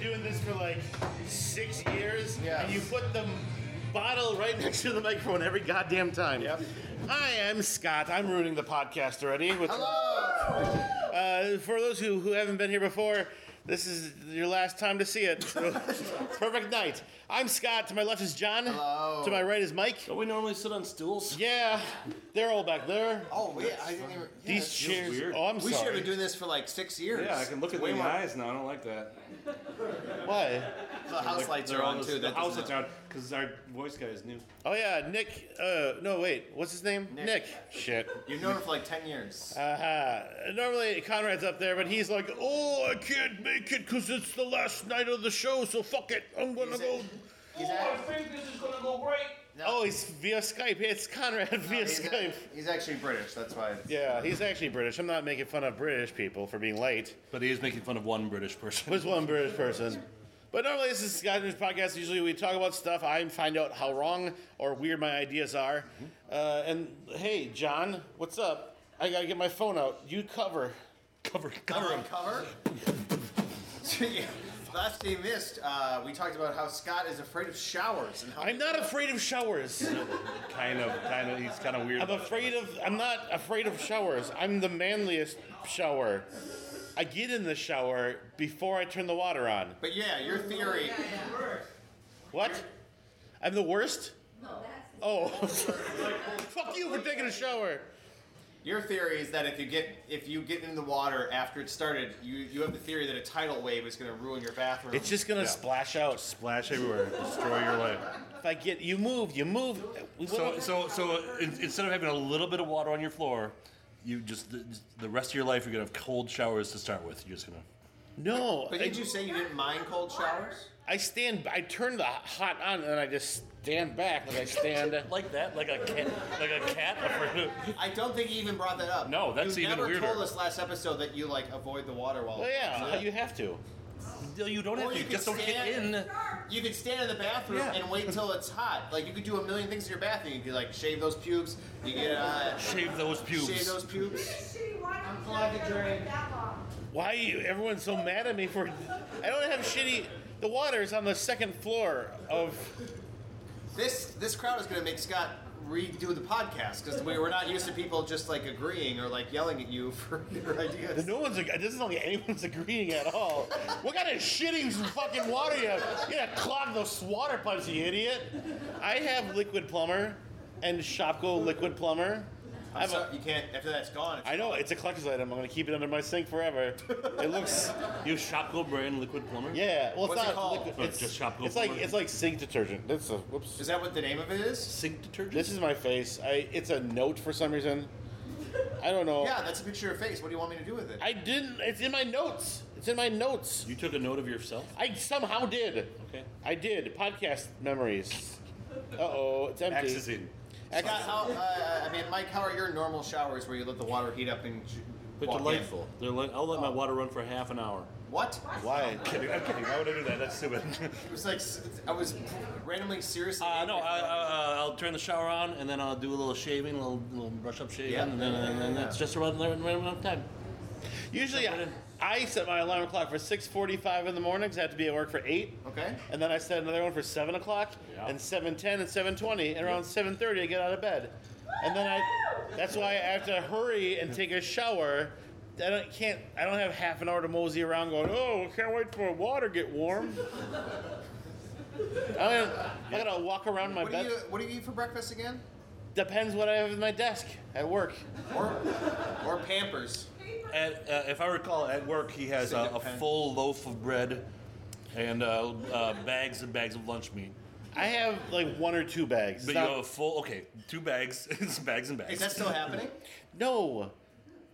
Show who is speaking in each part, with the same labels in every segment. Speaker 1: doing this for like six years,
Speaker 2: Yes.
Speaker 1: and you put the bottle right next to the microphone every goddamn time.
Speaker 2: Yep.
Speaker 1: I am Scott. I'm ruining the podcast already. With,
Speaker 2: Hello!
Speaker 1: Uh, for those who, who haven't been here before, this is your last time to see it. So, perfect night. I'm Scott. To my left is John.
Speaker 2: Hello.
Speaker 1: To my right is Mike.
Speaker 3: Don't we normally sit on stools?
Speaker 1: Yeah, they're all back there.
Speaker 2: Oh, yeah, I didn't even. Yeah,
Speaker 1: These
Speaker 2: that's
Speaker 1: chairs.
Speaker 3: weird.
Speaker 1: Oh, I'm
Speaker 2: We should have
Speaker 1: sorry.
Speaker 2: been doing this for like six years.
Speaker 3: Yeah, I can look at
Speaker 2: Way
Speaker 3: the
Speaker 2: more-
Speaker 3: eyes now. I don't like that.
Speaker 1: Why?
Speaker 2: The house lights
Speaker 3: They're
Speaker 2: are on
Speaker 3: the-
Speaker 2: too.
Speaker 3: The
Speaker 2: That
Speaker 3: house
Speaker 2: doesn't
Speaker 3: lights are on because our voice guy is new.
Speaker 1: Oh yeah, Nick. Uh, no, wait. What's his name?
Speaker 2: Nick.
Speaker 1: Shit.
Speaker 2: help. You've known her for like ten years.
Speaker 1: Uh, normally Conrad's up there, but he's like, "Oh, I can't make it because it's the last night of the show, so fuck it, I'm gonna
Speaker 2: He's
Speaker 1: go."
Speaker 2: at- he's at-
Speaker 3: think this is gonna go right.
Speaker 2: no,
Speaker 1: Oh, he's via Skype. It's Conrad via
Speaker 2: he's at-
Speaker 1: Skype.
Speaker 2: he's actually British. That's why. It's,
Speaker 1: Yeah, he's actually British. I'm not making fun of British people for being late.
Speaker 3: But he is making fun of one British person.
Speaker 1: There's one British person. But normally this is Scottish podcast. Usually we talk about stuff. I find out how wrong or weird my ideas are. Uh, and hey, John, what's up? I gotta get my phone out. You cover.
Speaker 3: cover,
Speaker 2: Cover
Speaker 3: cover him.
Speaker 2: Cover. So, yeah, Last day missed. Uh, we talked about how Scott is afraid of showers and how
Speaker 1: I'm not afraid of showers.
Speaker 3: Kind of, kind of. He's kind of weird.
Speaker 1: I'm
Speaker 3: about it.
Speaker 1: afraid of. I'm not afraid of showers. I'm the manliest shower. I get in the shower before I turn the water on.
Speaker 2: But yeah, your theory.
Speaker 1: What? I'm the worst. No, that's. Oh, fuck you for taking a shower.
Speaker 2: Your theory is that if you get if you get in the water after it started, you you have the theory that a tidal wave is going to ruin your bathroom.
Speaker 1: It's just gonna
Speaker 3: Yeah.
Speaker 1: splash out.
Speaker 3: Splash everywhere, destroy your life.
Speaker 1: If I get you moved, you moved.
Speaker 3: So, so, so in, instead of having a little bit of water on your floor, you just the, the rest of your life you're gonna have cold showers to start with. You're just gonna.
Speaker 1: no.
Speaker 2: But
Speaker 1: I,
Speaker 2: did you say you didn't mind cold showers?
Speaker 1: I stand. I turn the hot on, and then I just stand back like I stand.
Speaker 3: Like that, like a cat, like a cat. afraid of-
Speaker 2: I don't think you even brought that up.
Speaker 3: No, that's
Speaker 2: you
Speaker 3: even
Speaker 2: never
Speaker 3: weirder.
Speaker 2: told us last episode that you like avoid the water while.
Speaker 1: well, yeah,
Speaker 2: Yeah.
Speaker 1: you have to.
Speaker 3: No, you don't have
Speaker 2: Or
Speaker 3: to.
Speaker 2: you
Speaker 3: You just
Speaker 2: could
Speaker 3: don't get
Speaker 2: stand-
Speaker 3: in.
Speaker 2: You could stand in the bathroom
Speaker 3: Yeah.
Speaker 2: and wait until it's hot. Like you could do a million things in your bathroom. You could like shave those pubes. You could uh,
Speaker 3: Shave those pubes.
Speaker 2: shave those pubes.
Speaker 4: I'm
Speaker 2: plugged and drained.
Speaker 1: Why are you, everyone's so mad at me for? I don't have shitty. The water's on the second floor of.
Speaker 2: This this crowd is going to make Scott redo the podcast because we, we're not used to people just like agreeing or like yelling at you for your ideas.
Speaker 1: No one's. It doesn't sound like anyone's agreeing at all. What kind of shitting fucking water you have? You gotta clog those water pipes, you idiot. I have liquid plumber, and Shopko liquid plumber. I
Speaker 2: I'm
Speaker 1: have
Speaker 2: sorry,
Speaker 1: a.
Speaker 2: you can't. After that's gone. It's
Speaker 1: I know it's a collector's item. I'm gonna keep it under my sink forever. It looks,
Speaker 3: You Shopko brand liquid plumber?
Speaker 1: yeah. Well, it's
Speaker 2: What's it
Speaker 1: not.
Speaker 2: called?
Speaker 1: liquid-
Speaker 3: Oh,
Speaker 1: it's
Speaker 3: just Shopko
Speaker 1: It's like
Speaker 3: plumber?
Speaker 1: it's like sink detergent. That's a. Whoops.
Speaker 2: Is that what the name of it is?
Speaker 3: Sink detergent?
Speaker 1: This is my face. I it's a note for some reason. I don't know.
Speaker 2: Yeah, that's a picture of your face. What do you want me to do with it?
Speaker 1: I didn't. It's in my notes. It's in my notes.
Speaker 3: you took a note of yourself?
Speaker 1: I somehow did.
Speaker 3: Okay.
Speaker 1: I did. Podcast memories. Uh oh, it's empty.
Speaker 3: Axe is in.
Speaker 1: Axe-
Speaker 2: Scott, how, uh, I mean, Mike, how are your normal showers where you let the water heat up and j-
Speaker 3: But
Speaker 2: walk in?
Speaker 3: delightful. They're like, I'll let my water run for half an hour.
Speaker 2: What?
Speaker 1: Why?
Speaker 3: Kidding. I'm kidding. Why would I do that? That's stupid.
Speaker 2: It was like s- I was randomly seriously.
Speaker 3: Uh, no, I, I, I'll turn the shower on and then I'll do a little shaving, a little, little brush up shaving,
Speaker 2: Yeah.
Speaker 3: and then, and then that's just around right enough time.
Speaker 1: Usually, I, I set my alarm clock for 6:45 in the morning because I have to be at work for eight.
Speaker 2: Okay.
Speaker 1: And then I set another one for seven o'clock,
Speaker 3: Yeah.
Speaker 1: and seven ten, and seven twenty, and around seven thirty I get out of bed, and then I. That's why I have to hurry and take a shower. I don't, can't. I don't have half an hour to mosey around going. Oh, I can't wait for water to get warm. I, gotta, I gotta walk around my
Speaker 2: What do
Speaker 1: bed.
Speaker 2: you What do you eat for breakfast again?
Speaker 1: Depends what I have at my desk at work.
Speaker 2: Or or Pampers?
Speaker 3: At, uh, if I recall, at work he has
Speaker 2: Say
Speaker 3: a, a
Speaker 2: depend.
Speaker 3: full loaf of bread and uh, uh, bags and bags of lunch meat.
Speaker 1: I have like one or two bags.
Speaker 3: But
Speaker 1: Not-
Speaker 3: you have a full, okay, two bags, it's bags and bags.
Speaker 2: Is that still happening?
Speaker 1: no,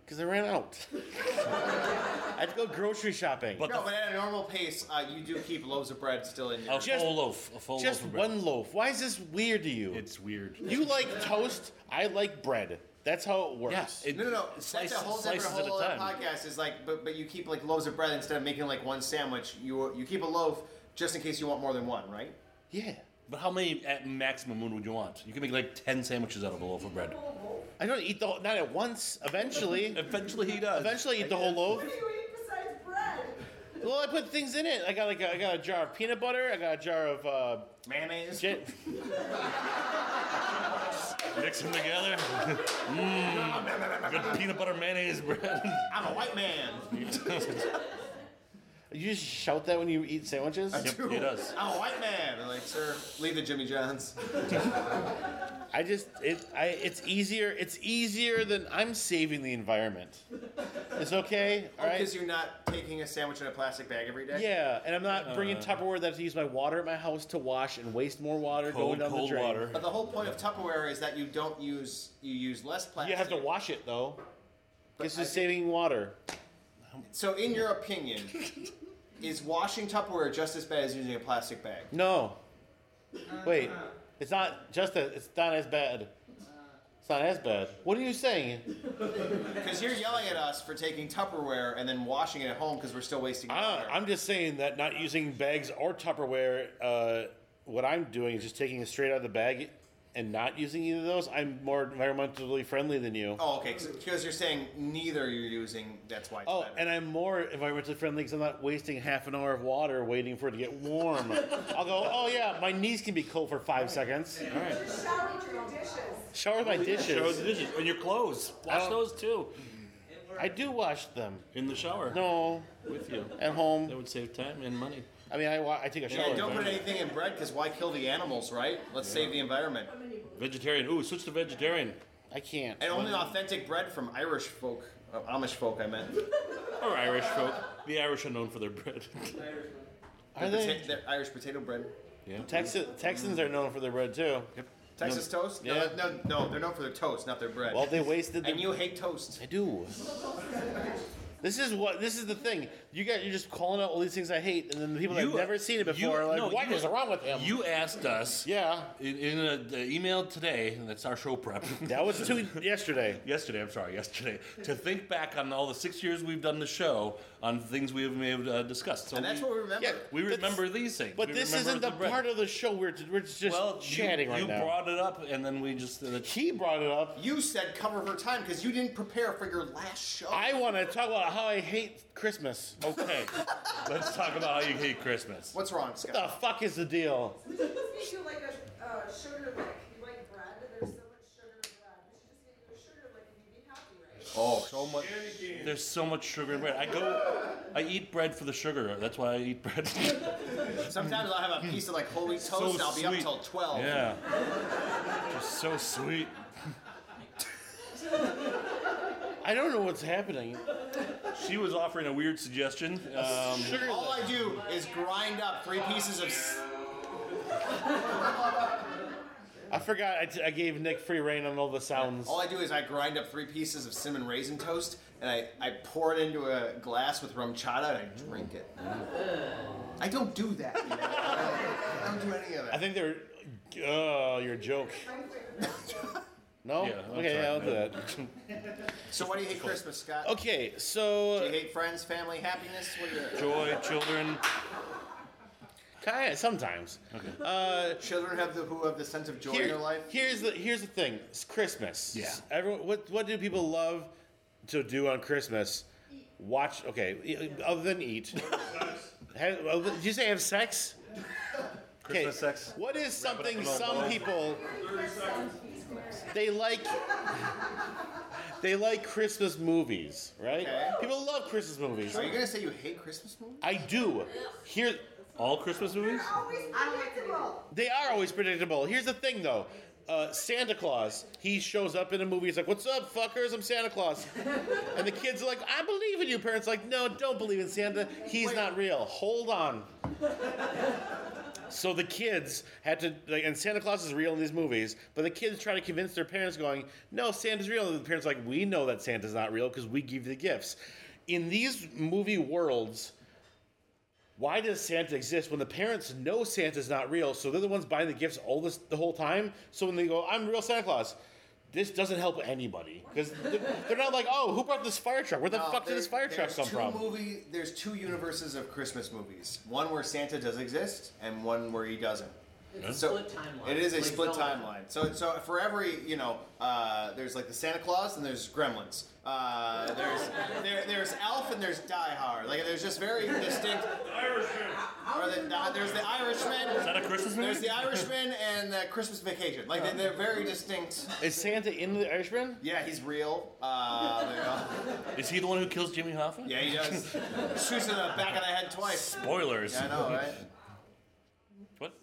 Speaker 1: because I ran out. I had to go grocery shopping.
Speaker 3: But
Speaker 2: No, but at a normal pace, uh, you do keep loaves of bread still in your.
Speaker 3: a
Speaker 1: Just-
Speaker 3: full loaf, a full
Speaker 1: Just
Speaker 3: loaf of bread.
Speaker 1: one loaf. Why is this weird to you?
Speaker 3: It's weird.
Speaker 1: You like toast. I like bread. That's how it works.
Speaker 3: it-
Speaker 2: No, no, no.
Speaker 3: slices-
Speaker 2: That's a whole different
Speaker 3: slices at a
Speaker 2: whole other
Speaker 3: time.
Speaker 2: podcast. Is like, but but you keep like loaves of bread instead of making like one sandwich. You you keep a loaf just in case you want more than one, right?
Speaker 1: yeah.
Speaker 3: But how many at maximum would you want? You can make like ten sandwiches out of a loaf of bread.
Speaker 1: I don't eat the whole, not at once. Eventually,
Speaker 3: Eventually he does.
Speaker 1: eventually I eat the whole loaf.
Speaker 4: What do you eat besides bread?
Speaker 1: Well, I put things in it. I got like a, I got a jar of peanut butter. I got a jar of uh,
Speaker 2: Mayonnaise.
Speaker 1: j-
Speaker 3: Mix them together. Mmm. Good peanut butter mayonnaise bread.
Speaker 2: I'm a white man.
Speaker 1: You just shout that when you eat sandwiches.
Speaker 3: Yep, he does.
Speaker 2: I'm a white man. I'm like, sir, leave the Jimmy Johns.
Speaker 1: I just it I it's easier it's easier than I'm saving the environment. It's okay, all
Speaker 2: Because
Speaker 1: right.
Speaker 2: Oh, you're not taking a sandwich in a plastic bag every day.
Speaker 1: Yeah, and I'm not bringing
Speaker 3: Uh.
Speaker 1: Tupperware that I have to use my water at my house to wash and waste more water going
Speaker 3: Cold,
Speaker 1: down
Speaker 3: cold
Speaker 1: the drain.
Speaker 3: water.
Speaker 2: But the whole point of Tupperware is that you don't use you use less plastic.
Speaker 1: You have to wash it though. This
Speaker 2: I
Speaker 1: is
Speaker 2: think-
Speaker 1: saving water.
Speaker 2: So, in your opinion, is washing Tupperware just as bad as using a plastic bag?
Speaker 1: No. Wait, it's not just a, it's not as bad. It's not as bad. What are you saying?
Speaker 2: Because you're yelling at us for taking Tupperware and then washing it at home because we're still wasting
Speaker 1: Uh,
Speaker 2: water.
Speaker 1: I'm just saying that not using bags or Tupperware, uh, what I'm doing is just taking it straight out of the bag and not using either of those. I'm more environmentally friendly than you. Oh,
Speaker 2: oh, okay. Because you're saying neither you're using. That's why. It's better.
Speaker 1: Oh, and I'm more environmentally friendly because I'm not wasting half an hour of water waiting for it to get warm. I'll go, oh yeah, my knees can be cold for five seconds.
Speaker 3: All right.
Speaker 4: Shower with your dishes.
Speaker 1: Shower with my
Speaker 3: Show the
Speaker 1: dishes.
Speaker 3: dishes and your clothes. Wash
Speaker 1: don't-
Speaker 3: those too
Speaker 1: I do wash them.
Speaker 3: in the shower
Speaker 1: No,
Speaker 3: with you.
Speaker 1: at
Speaker 3: That
Speaker 1: home.
Speaker 3: would save time and money.
Speaker 1: I mean, I, wa- I take a shower.
Speaker 2: Yeah, don't
Speaker 1: but-
Speaker 2: put anything in bread because why kill the animals, right? Let's save the environment.
Speaker 3: Vegetarian. Ooh, switch to vegetarian.
Speaker 1: I can't.
Speaker 2: And only authentic bread from Irish folk, uh, Amish folk, I meant.
Speaker 3: Or Irish folk. The Irish are known for their bread.
Speaker 1: Are they?
Speaker 2: Pota- they're Irish potato bread.
Speaker 3: yeah.
Speaker 1: Texas, Texans are known for their bread too.
Speaker 2: Texas toast? No,
Speaker 1: Yeah.
Speaker 2: no, no, they're known for their toast, not their bread.
Speaker 1: Well, they wasted the
Speaker 2: and you hate toast.
Speaker 1: I do. This is what this is the thing. You got you're just calling out all these things I hate, and then the people that have
Speaker 3: You-
Speaker 1: never seen it
Speaker 3: you-
Speaker 1: before are like,
Speaker 3: no,
Speaker 1: "What
Speaker 3: you-
Speaker 1: is wrong with him?"
Speaker 3: You asked us
Speaker 1: yeah,
Speaker 3: in, in a, the email today, and that's our show prep.
Speaker 1: that was two yesterday.
Speaker 3: yesterday, I'm sorry, yesterday, to think back on all the six years we've done the show on things we have, may have uh, discussed. So
Speaker 2: And that's
Speaker 3: we,
Speaker 2: what we remember.
Speaker 1: Yeah,
Speaker 3: we
Speaker 1: that's-
Speaker 3: remember these things.
Speaker 1: But
Speaker 3: We
Speaker 1: this
Speaker 3: remember
Speaker 1: isn't the,
Speaker 3: bread.
Speaker 1: part of the show we're we're just
Speaker 3: well, you-
Speaker 1: chatting right
Speaker 3: you
Speaker 1: now.
Speaker 3: brought it up, and then we just uh,
Speaker 1: he brought it up.
Speaker 2: You said cover for time because you didn't prepare for your last show.
Speaker 1: I want to talk about how I hate Christmas. Oh,
Speaker 3: okay. Let's talk about how you hate Christmas.
Speaker 2: What's wrong, Scott?
Speaker 1: What the fuck is the deal?
Speaker 4: We should just do like a uh, sugar lick. You like bread? There's so much sugar in bread. We should just make you a sugar lick and you'd be happy, right?
Speaker 2: Oh, so much.
Speaker 3: There's so much sugar in bread. I go, I eat bread for the sugar. That's why I eat bread.
Speaker 2: Sometimes I'll have a piece of like whole wheat toast
Speaker 3: So
Speaker 2: and I'll be
Speaker 3: sweet.
Speaker 2: up till 12.
Speaker 3: yeah. Just so sweet.
Speaker 1: I don't know what's happening.
Speaker 3: She was offering a weird suggestion. Um,
Speaker 1: Sugar.
Speaker 2: All I do is grind up three pieces of. s-
Speaker 1: I forgot. I, t- I gave Nick free reign on all the sounds.
Speaker 2: All I do is I grind up three pieces of cinnamon raisin toast and I, I pour it into a glass with rum chata and I drink it. I don't do that. you know? I don't do any of
Speaker 1: I
Speaker 2: that.
Speaker 1: think they're. Oh, your joke. No.
Speaker 3: Yeah,
Speaker 1: okay,
Speaker 3: I'm sorry,
Speaker 1: yeah, I'll do
Speaker 3: man.
Speaker 1: that.
Speaker 2: So why do you hate Christmas, Scott?
Speaker 1: Okay,
Speaker 2: Do
Speaker 1: so
Speaker 2: you hate friends, family, happiness? What do you
Speaker 3: joy, children.
Speaker 1: kind of, sometimes.
Speaker 2: Children have the who have the sense of joy in
Speaker 1: Here-
Speaker 2: their life.
Speaker 1: Here's the here's the thing. It's Christmas.
Speaker 3: Yeah.
Speaker 1: Everyone, what what do people love to do on Christmas? Watch. Okay. e- Other than eat. Have- well, did you say have sex? Okay.
Speaker 3: Christmas sex.
Speaker 1: What is something
Speaker 3: in a
Speaker 1: some
Speaker 3: bow.
Speaker 1: people they like? They like Christmas movies, right?
Speaker 2: Okay.
Speaker 1: People love Christmas movies.
Speaker 2: Are you gonna say you hate Christmas movies?
Speaker 1: I do. Here,
Speaker 3: All Christmas movies?
Speaker 4: Always predictable.
Speaker 1: They are always predictable. Here's the thing, though. Uh, Santa Claus, he shows up in a movie. He's like, "What's up, fuckers? I'm Santa Claus." and the kids are like, "I believe in you." Parents are like, "No, don't believe in Santa. He's not real. Hold on." so the kids had to, like, and Santa Claus is real in these movies, but the kids try to convince their parents, going, "No, Santa's real." And the parents are like, "We know that Santa's not real because we give you the gifts." In these movie worlds, why does Santa exist when the parents know Santa's not real? So they're the ones buying the gifts all this the whole time. So when they go, "I'm real Santa Claus," this doesn't help anybody because they're not like, "Oh, who brought this fire truck? Where the
Speaker 2: No,
Speaker 1: fuck did
Speaker 2: Oh, there-
Speaker 1: this fire truck
Speaker 2: there's
Speaker 1: come
Speaker 2: two
Speaker 1: from?"
Speaker 2: Movie, there's two universes of Christmas movies. One where Santa does exist, and one where he doesn't.
Speaker 5: It's a
Speaker 2: So
Speaker 5: split timeline.
Speaker 2: it is a
Speaker 5: Like,
Speaker 2: split
Speaker 5: don't-
Speaker 2: timeline. So so for every you know, uh, there's like the Santa Claus and there's Gremlins. Uh, there's there, there's Elf and there's Die Hard. Like there's just very distinct. Or the, the- there's the
Speaker 3: Is
Speaker 2: Irishman.
Speaker 3: that a Christmas
Speaker 2: There's
Speaker 3: movie?
Speaker 2: the Irishman and the Christmas Vacation. Like they, they're very distinct.
Speaker 1: Is Santa in the Irishman?
Speaker 2: Yeah, he's real. Uh, they're all-
Speaker 3: Is he the one who kills Jimmy Hoffa?
Speaker 2: yeah, he does. Shoots in the back of the head twice.
Speaker 3: Spoilers.
Speaker 2: Yeah, I know, right?
Speaker 3: What?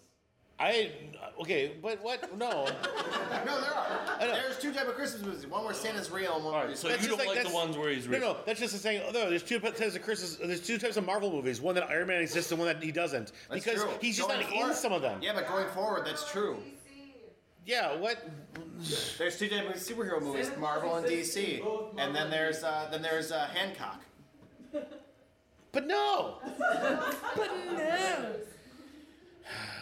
Speaker 1: I okay, but what? No,
Speaker 2: No, there are.
Speaker 1: know.
Speaker 2: There's two type of Christmas movies. One where Santa's real and one where he's
Speaker 3: So
Speaker 1: That's
Speaker 3: you
Speaker 1: just
Speaker 3: don't
Speaker 1: like-
Speaker 3: like, the
Speaker 1: that's-
Speaker 3: ones where he's
Speaker 1: no,
Speaker 3: real?
Speaker 1: no. That's just a saying. Oh, no, there's two types of Christmas. There's two types of Marvel movies. One that Iron Man exists, and one that he doesn't.
Speaker 2: That's
Speaker 1: because
Speaker 2: true.
Speaker 1: he's just
Speaker 2: Going
Speaker 1: not in
Speaker 2: forward-
Speaker 1: some of them.
Speaker 2: Yeah, but going forward, that's true.
Speaker 4: DC.
Speaker 1: Yeah. What?
Speaker 2: There's two different superhero movies,
Speaker 5: Santa
Speaker 2: Marvel
Speaker 5: Claus
Speaker 2: and
Speaker 5: exists in
Speaker 2: DC,
Speaker 5: both Marvel
Speaker 2: and then
Speaker 5: and
Speaker 2: there's uh, then there's uh, Hancock.
Speaker 1: But no.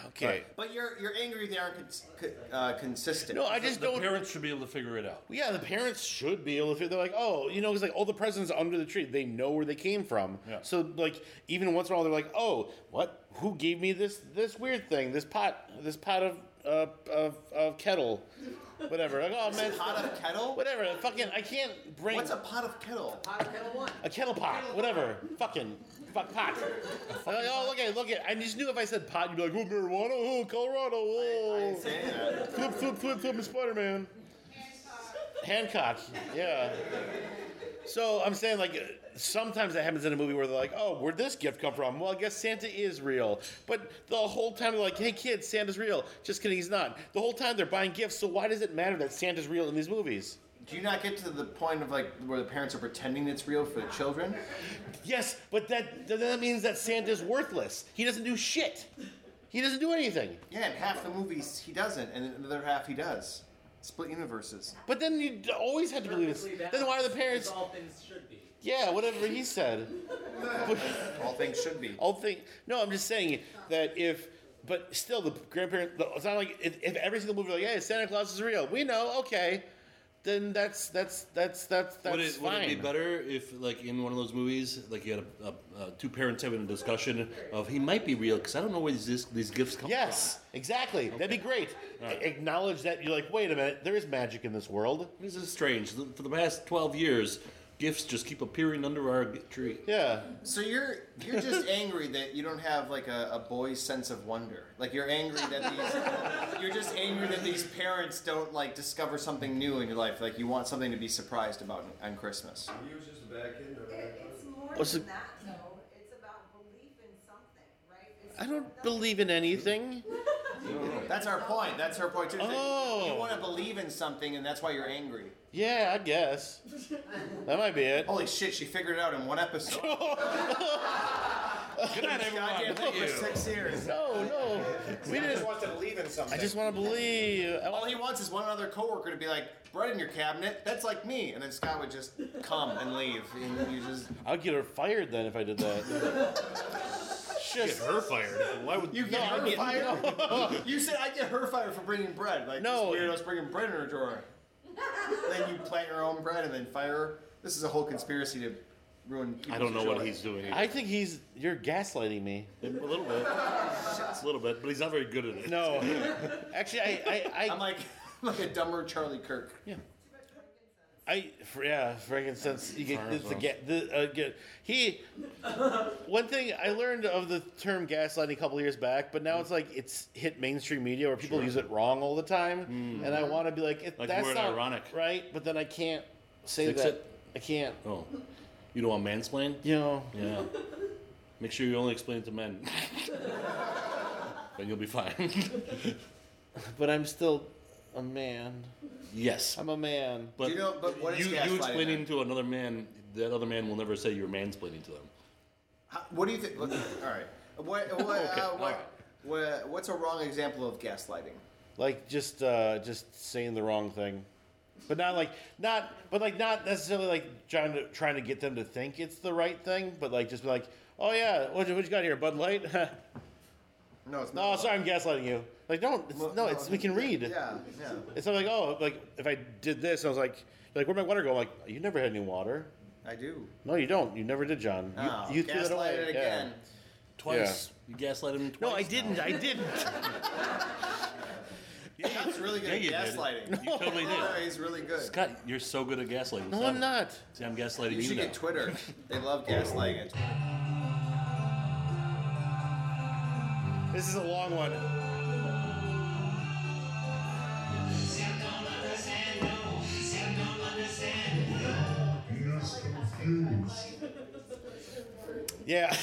Speaker 1: Okay.
Speaker 2: But you're you're angry they aren't cons- co- uh, consistent.
Speaker 1: No, I
Speaker 3: The-
Speaker 1: just
Speaker 3: the
Speaker 1: don't.
Speaker 3: parents should be able to figure it out.
Speaker 1: yeah, the parents should be able to. They're like, oh, you know, it's like all the presents under the tree. They know where they came from.
Speaker 3: Yeah.
Speaker 1: So like, even once in a while, they're like, oh, what? Who gave me this this weird thing? This pot? This pot of uh, of of kettle, whatever. Like, oh man,
Speaker 2: pot of kettle.
Speaker 1: whatever. Fucking, I can't bring.
Speaker 2: What's a pot of kettle?
Speaker 5: Hot kettle one.
Speaker 1: A kettle pot, whatever. Fucking fuck pot. I'm like, oh, look at it, look at it. I just knew if I said pot, you'd be like, oh, marijuana, oh, Colorado,
Speaker 2: I
Speaker 1: oh.
Speaker 2: didn't say uh, any of that.
Speaker 1: Flip, flip, flip, flip, and Spider Man. Hancock, yeah. So I'm saying, like, sometimes that happens in a movie where they're like, oh, where'd this gift come from? Well, I guess Santa is real. But the whole time they're like, hey, kids, Santa's real. Just kidding, he's not. The whole time they're buying gifts, so why does it matter that Santa's real in these movies?
Speaker 2: Do you not get to the point of like where the parents are pretending it's real for the children?
Speaker 1: Yes, but that th- that means that Santa's worthless. He doesn't do shit. He doesn't do anything.
Speaker 2: Yeah, in half the movies he doesn't, and in the other half he does. Split universes.
Speaker 1: But then you d- always have to believe this.
Speaker 5: Perfectly
Speaker 1: Then why are the
Speaker 5: balanced,
Speaker 1: parents?
Speaker 5: As all things should be.
Speaker 1: Yeah, whatever he said.
Speaker 2: All things should be.
Speaker 1: I'll think. No, I'm just saying that if. But still, the grandparent. the- It's not like if, if every single movie, like, hey, Santa Claus is real. We know, okay. Then that's that's that's that's that's
Speaker 3: Would it, would
Speaker 1: fine.
Speaker 3: it be better if, like, in one of those movies, like you had a, a, a, two parents having a discussion of he might be real because I don't know where these these gifts come
Speaker 1: Yes, exactly. That'd be great. A- Acknowledge that you're like, wait a minute, there is magic in this world.
Speaker 3: from? This is strange. For the past twelve years, gifts just keep appearing under our g- tree.
Speaker 1: Yeah.
Speaker 2: So you're you're just angry that you don't have like a, a boy's sense of wonder. Like you're angry that these you're just angry that these parents don't like discover something new in your life. Like you want something to be surprised about on Christmas.
Speaker 6: He was just a bad kid. no matter
Speaker 4: It,
Speaker 6: what.
Speaker 4: it's more
Speaker 1: What's
Speaker 4: than
Speaker 1: it-
Speaker 4: that, though. It's about belief in something, right? It's
Speaker 1: I don't
Speaker 4: that's-
Speaker 1: believe in anything.
Speaker 2: That's our point. That's her point too. is that
Speaker 1: Oh.
Speaker 2: You want to believe in something, and that's why you're angry.
Speaker 1: Yeah, I guess. That might be it.
Speaker 2: Holy shit! She figured it out in one episode.
Speaker 3: Good night,
Speaker 2: Goddamn
Speaker 3: everyone.
Speaker 2: thing
Speaker 3: Thank
Speaker 2: for
Speaker 3: you.
Speaker 2: six years.
Speaker 1: No, no. We didn't.
Speaker 7: wants to believe in something.
Speaker 1: I just want to believe. I
Speaker 2: All
Speaker 1: want-
Speaker 2: he wants is one other coworker to be like, "Bread in your cabinet." That's like me. And then Scott would just come and leave, and you just
Speaker 1: I'd get her fired then if I did that.
Speaker 8: Get
Speaker 1: Just
Speaker 8: her fired. Why would
Speaker 2: you get
Speaker 1: No,
Speaker 2: her
Speaker 1: I get-
Speaker 2: fired. You said I get her fired for bringing bread. Like
Speaker 1: No.
Speaker 2: this weirdo's bringing bread in her drawer. then you plant your own bread and then fire her. This is a whole conspiracy to ruin.
Speaker 8: I
Speaker 2: people's
Speaker 8: don't know what
Speaker 2: joy.
Speaker 8: he's doing.
Speaker 1: I think he's. You're gaslighting me.
Speaker 8: A little bit. A little bit, but he's not very good at it.
Speaker 1: No. Actually, I. I.
Speaker 2: I'm
Speaker 1: I,
Speaker 2: like I'm like a dumber Charlie Kirk.
Speaker 1: I fr- yeah. Frankincense. You get the, the, ga- the uh, get, He. One thing I learned of the term gaslighting a couple years back, but now it's like it's hit mainstream media where people use it wrong all the time, and I want to be like, it,
Speaker 8: Like
Speaker 1: that's
Speaker 8: the word
Speaker 1: not
Speaker 8: ironic.
Speaker 1: right, but then I can't say
Speaker 3: Fix
Speaker 1: that.
Speaker 3: it.
Speaker 1: I can't.
Speaker 3: Oh, you don't want mansplain?
Speaker 1: You know.
Speaker 3: Yeah. Make sure you only explain it to men. then you'll be fine.
Speaker 1: But I'm still a man.
Speaker 3: yes.
Speaker 1: I'm a man.
Speaker 3: But
Speaker 2: you know- but what is
Speaker 3: you,
Speaker 2: gaslighting
Speaker 3: you explaining
Speaker 2: then?
Speaker 3: to another man, that other man will never say you're mansplaining to them.
Speaker 2: How- What do you think? All right. What what,
Speaker 3: Okay,
Speaker 2: uh,
Speaker 3: all
Speaker 2: what,
Speaker 3: right.
Speaker 2: what what's a wrong example of gaslighting?
Speaker 1: Like just uh just saying the wrong thing. But not like not but like not necessarily like trying to trying to get them to think it's the right thing, but like just be like, Oh yeah, what you, what you got here, Bud Light?
Speaker 2: No, it's
Speaker 1: no, sorry I'm gaslighting you. Like don't it's,
Speaker 2: Well,
Speaker 1: no, it's we can read.
Speaker 2: Yeah, yeah.
Speaker 1: It's not like, oh like if I did this and I was like like where'd my water go? I'm like, You never had any water.
Speaker 2: I do.
Speaker 1: No, you don't. You never did, John. You,
Speaker 2: Oh,
Speaker 1: you threw that
Speaker 2: gaslighted
Speaker 1: away. Yeah.
Speaker 2: again.
Speaker 3: twice. You gaslight him twice.
Speaker 1: No, I didn't. I didn't.
Speaker 2: He's really good
Speaker 3: Yeah,
Speaker 2: at
Speaker 3: you did.
Speaker 2: gaslighting.
Speaker 3: You totally did.
Speaker 2: Yeah, he's really good.
Speaker 3: Scott, you're so good at gaslighting.
Speaker 1: No, I'm not.
Speaker 3: See, I'm gaslighting you,
Speaker 2: You should
Speaker 3: now.
Speaker 2: get Twitter. They love gaslighting.
Speaker 1: This is a long one. Yeah.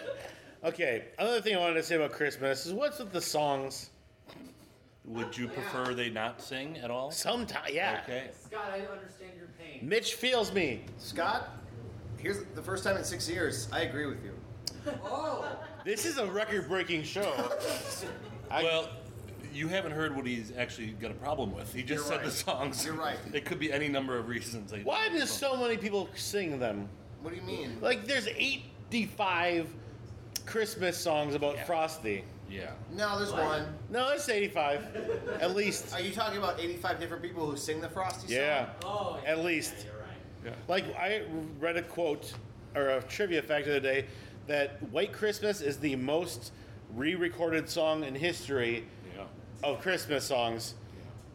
Speaker 1: okay. Another thing I wanted to say about Christmas is what's with the songs?
Speaker 3: Would you prefer they not sing at all?
Speaker 1: Sometimes, yeah.
Speaker 3: Okay.
Speaker 5: Scott, I understand your pain.
Speaker 1: Mitch feels me.
Speaker 2: Scott, here's the first time in six years. I agree with you.
Speaker 1: This is a record-breaking show. I-
Speaker 3: Well, you haven't heard what he's actually got a problem with. He just
Speaker 2: You're
Speaker 3: said
Speaker 2: right.
Speaker 3: the songs.
Speaker 2: You're right.
Speaker 3: It could be any number of reasons. I-
Speaker 1: why do so many people sing them?
Speaker 2: What do you mean?
Speaker 1: Like, there's 85 Christmas songs about
Speaker 3: Yeah.
Speaker 1: Frosty.
Speaker 3: Yeah.
Speaker 2: No, there's one.
Speaker 1: No, it's 85. At least.
Speaker 2: Are you talking about 85 different people who sing the Frosty
Speaker 1: Yeah.
Speaker 2: song?
Speaker 5: Oh,
Speaker 1: At least.
Speaker 5: you're right.
Speaker 1: Like, I read a quote or a trivia fact the other day that White Christmas is the most re recorded song in history
Speaker 3: Yeah.
Speaker 1: of Oh, Christmas songs.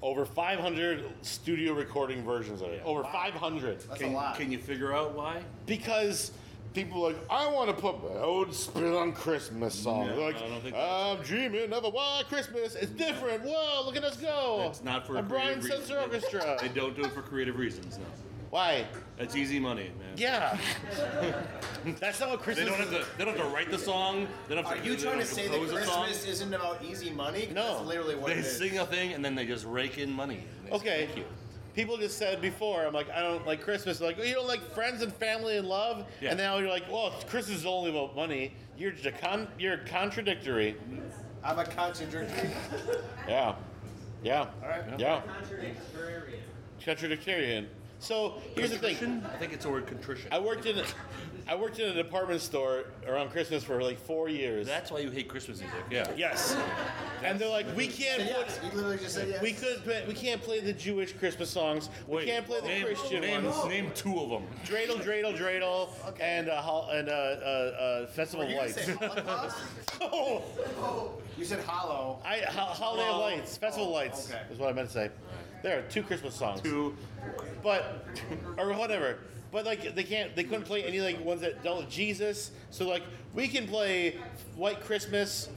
Speaker 1: Over 500 studio recording versions of it. Over 500.
Speaker 2: That's
Speaker 3: Can,
Speaker 2: a lot.
Speaker 3: can you figure out why?
Speaker 1: because people are like I want to put my own spin on Christmas songs.
Speaker 3: No,
Speaker 1: They're like
Speaker 3: I don't think
Speaker 1: I'm dreaming of a wild Christmas. It's different. Whoa, look at us go!
Speaker 3: It's not for
Speaker 1: Oh, a
Speaker 3: creative
Speaker 1: Brian
Speaker 3: reasons.
Speaker 1: Setzer Orchestra.
Speaker 3: They don't do it for creative reasons. No.
Speaker 1: Why?
Speaker 3: That's easy money, man.
Speaker 1: Yeah. That's not what
Speaker 3: They
Speaker 1: Christmas.
Speaker 3: don't have
Speaker 1: is.
Speaker 3: to. They don't have to write the song. They don't have
Speaker 2: Are
Speaker 3: to.
Speaker 2: you
Speaker 3: they
Speaker 2: trying to
Speaker 3: don't
Speaker 2: say that
Speaker 3: compose a song.
Speaker 2: Christmas isn't about easy money? 'Cause
Speaker 1: No.
Speaker 2: That's literally what
Speaker 3: They
Speaker 2: it is.
Speaker 3: sing a thing and then they just rake in money. And they say,
Speaker 1: Okay.
Speaker 3: Thank you.
Speaker 1: People just said before, I'm like, I don't like Christmas. They're like, well, you don't like friends and family and love.
Speaker 3: Yeah.
Speaker 1: And now you're like, well, Christmas is only about money. You're just con- you're contradictory.
Speaker 2: I'm a contradictory.
Speaker 1: Yeah. Yeah.
Speaker 2: All right.
Speaker 1: Yeah.
Speaker 5: Contradictorian.
Speaker 1: Contradictorian. So here's the thing.
Speaker 3: Contrition? I think it's the word contrition.
Speaker 1: I worked in, I worked in a department store around Christmas for like four years.
Speaker 3: That's why you hate Christmas music. Yeah.
Speaker 1: yes. And they're like, we can't
Speaker 2: Yes,
Speaker 1: put,
Speaker 2: you literally just said yes.
Speaker 1: we could play, we can't play the Jewish Christmas songs. we can't play the
Speaker 3: name,
Speaker 1: Christian
Speaker 3: name,
Speaker 1: ones.
Speaker 3: Name two of them.
Speaker 1: Dreidel, dreidel, dreidel, and uh, hol- and uh, uh, uh, Festival
Speaker 2: Were
Speaker 1: of
Speaker 2: you gonna
Speaker 1: Lights.
Speaker 2: say Holocaust?
Speaker 1: oh,
Speaker 2: You said hollow.
Speaker 1: I ho- Holiday of
Speaker 2: Oh,
Speaker 1: Lights, Festival of
Speaker 2: oh,
Speaker 1: Lights
Speaker 2: okay.
Speaker 1: is what I meant to say. There are two Christmas songs.
Speaker 3: Two.
Speaker 1: but or whatever. But like they can't, they couldn't play any like ones that dealt with Jesus. So like we can play White Christmas,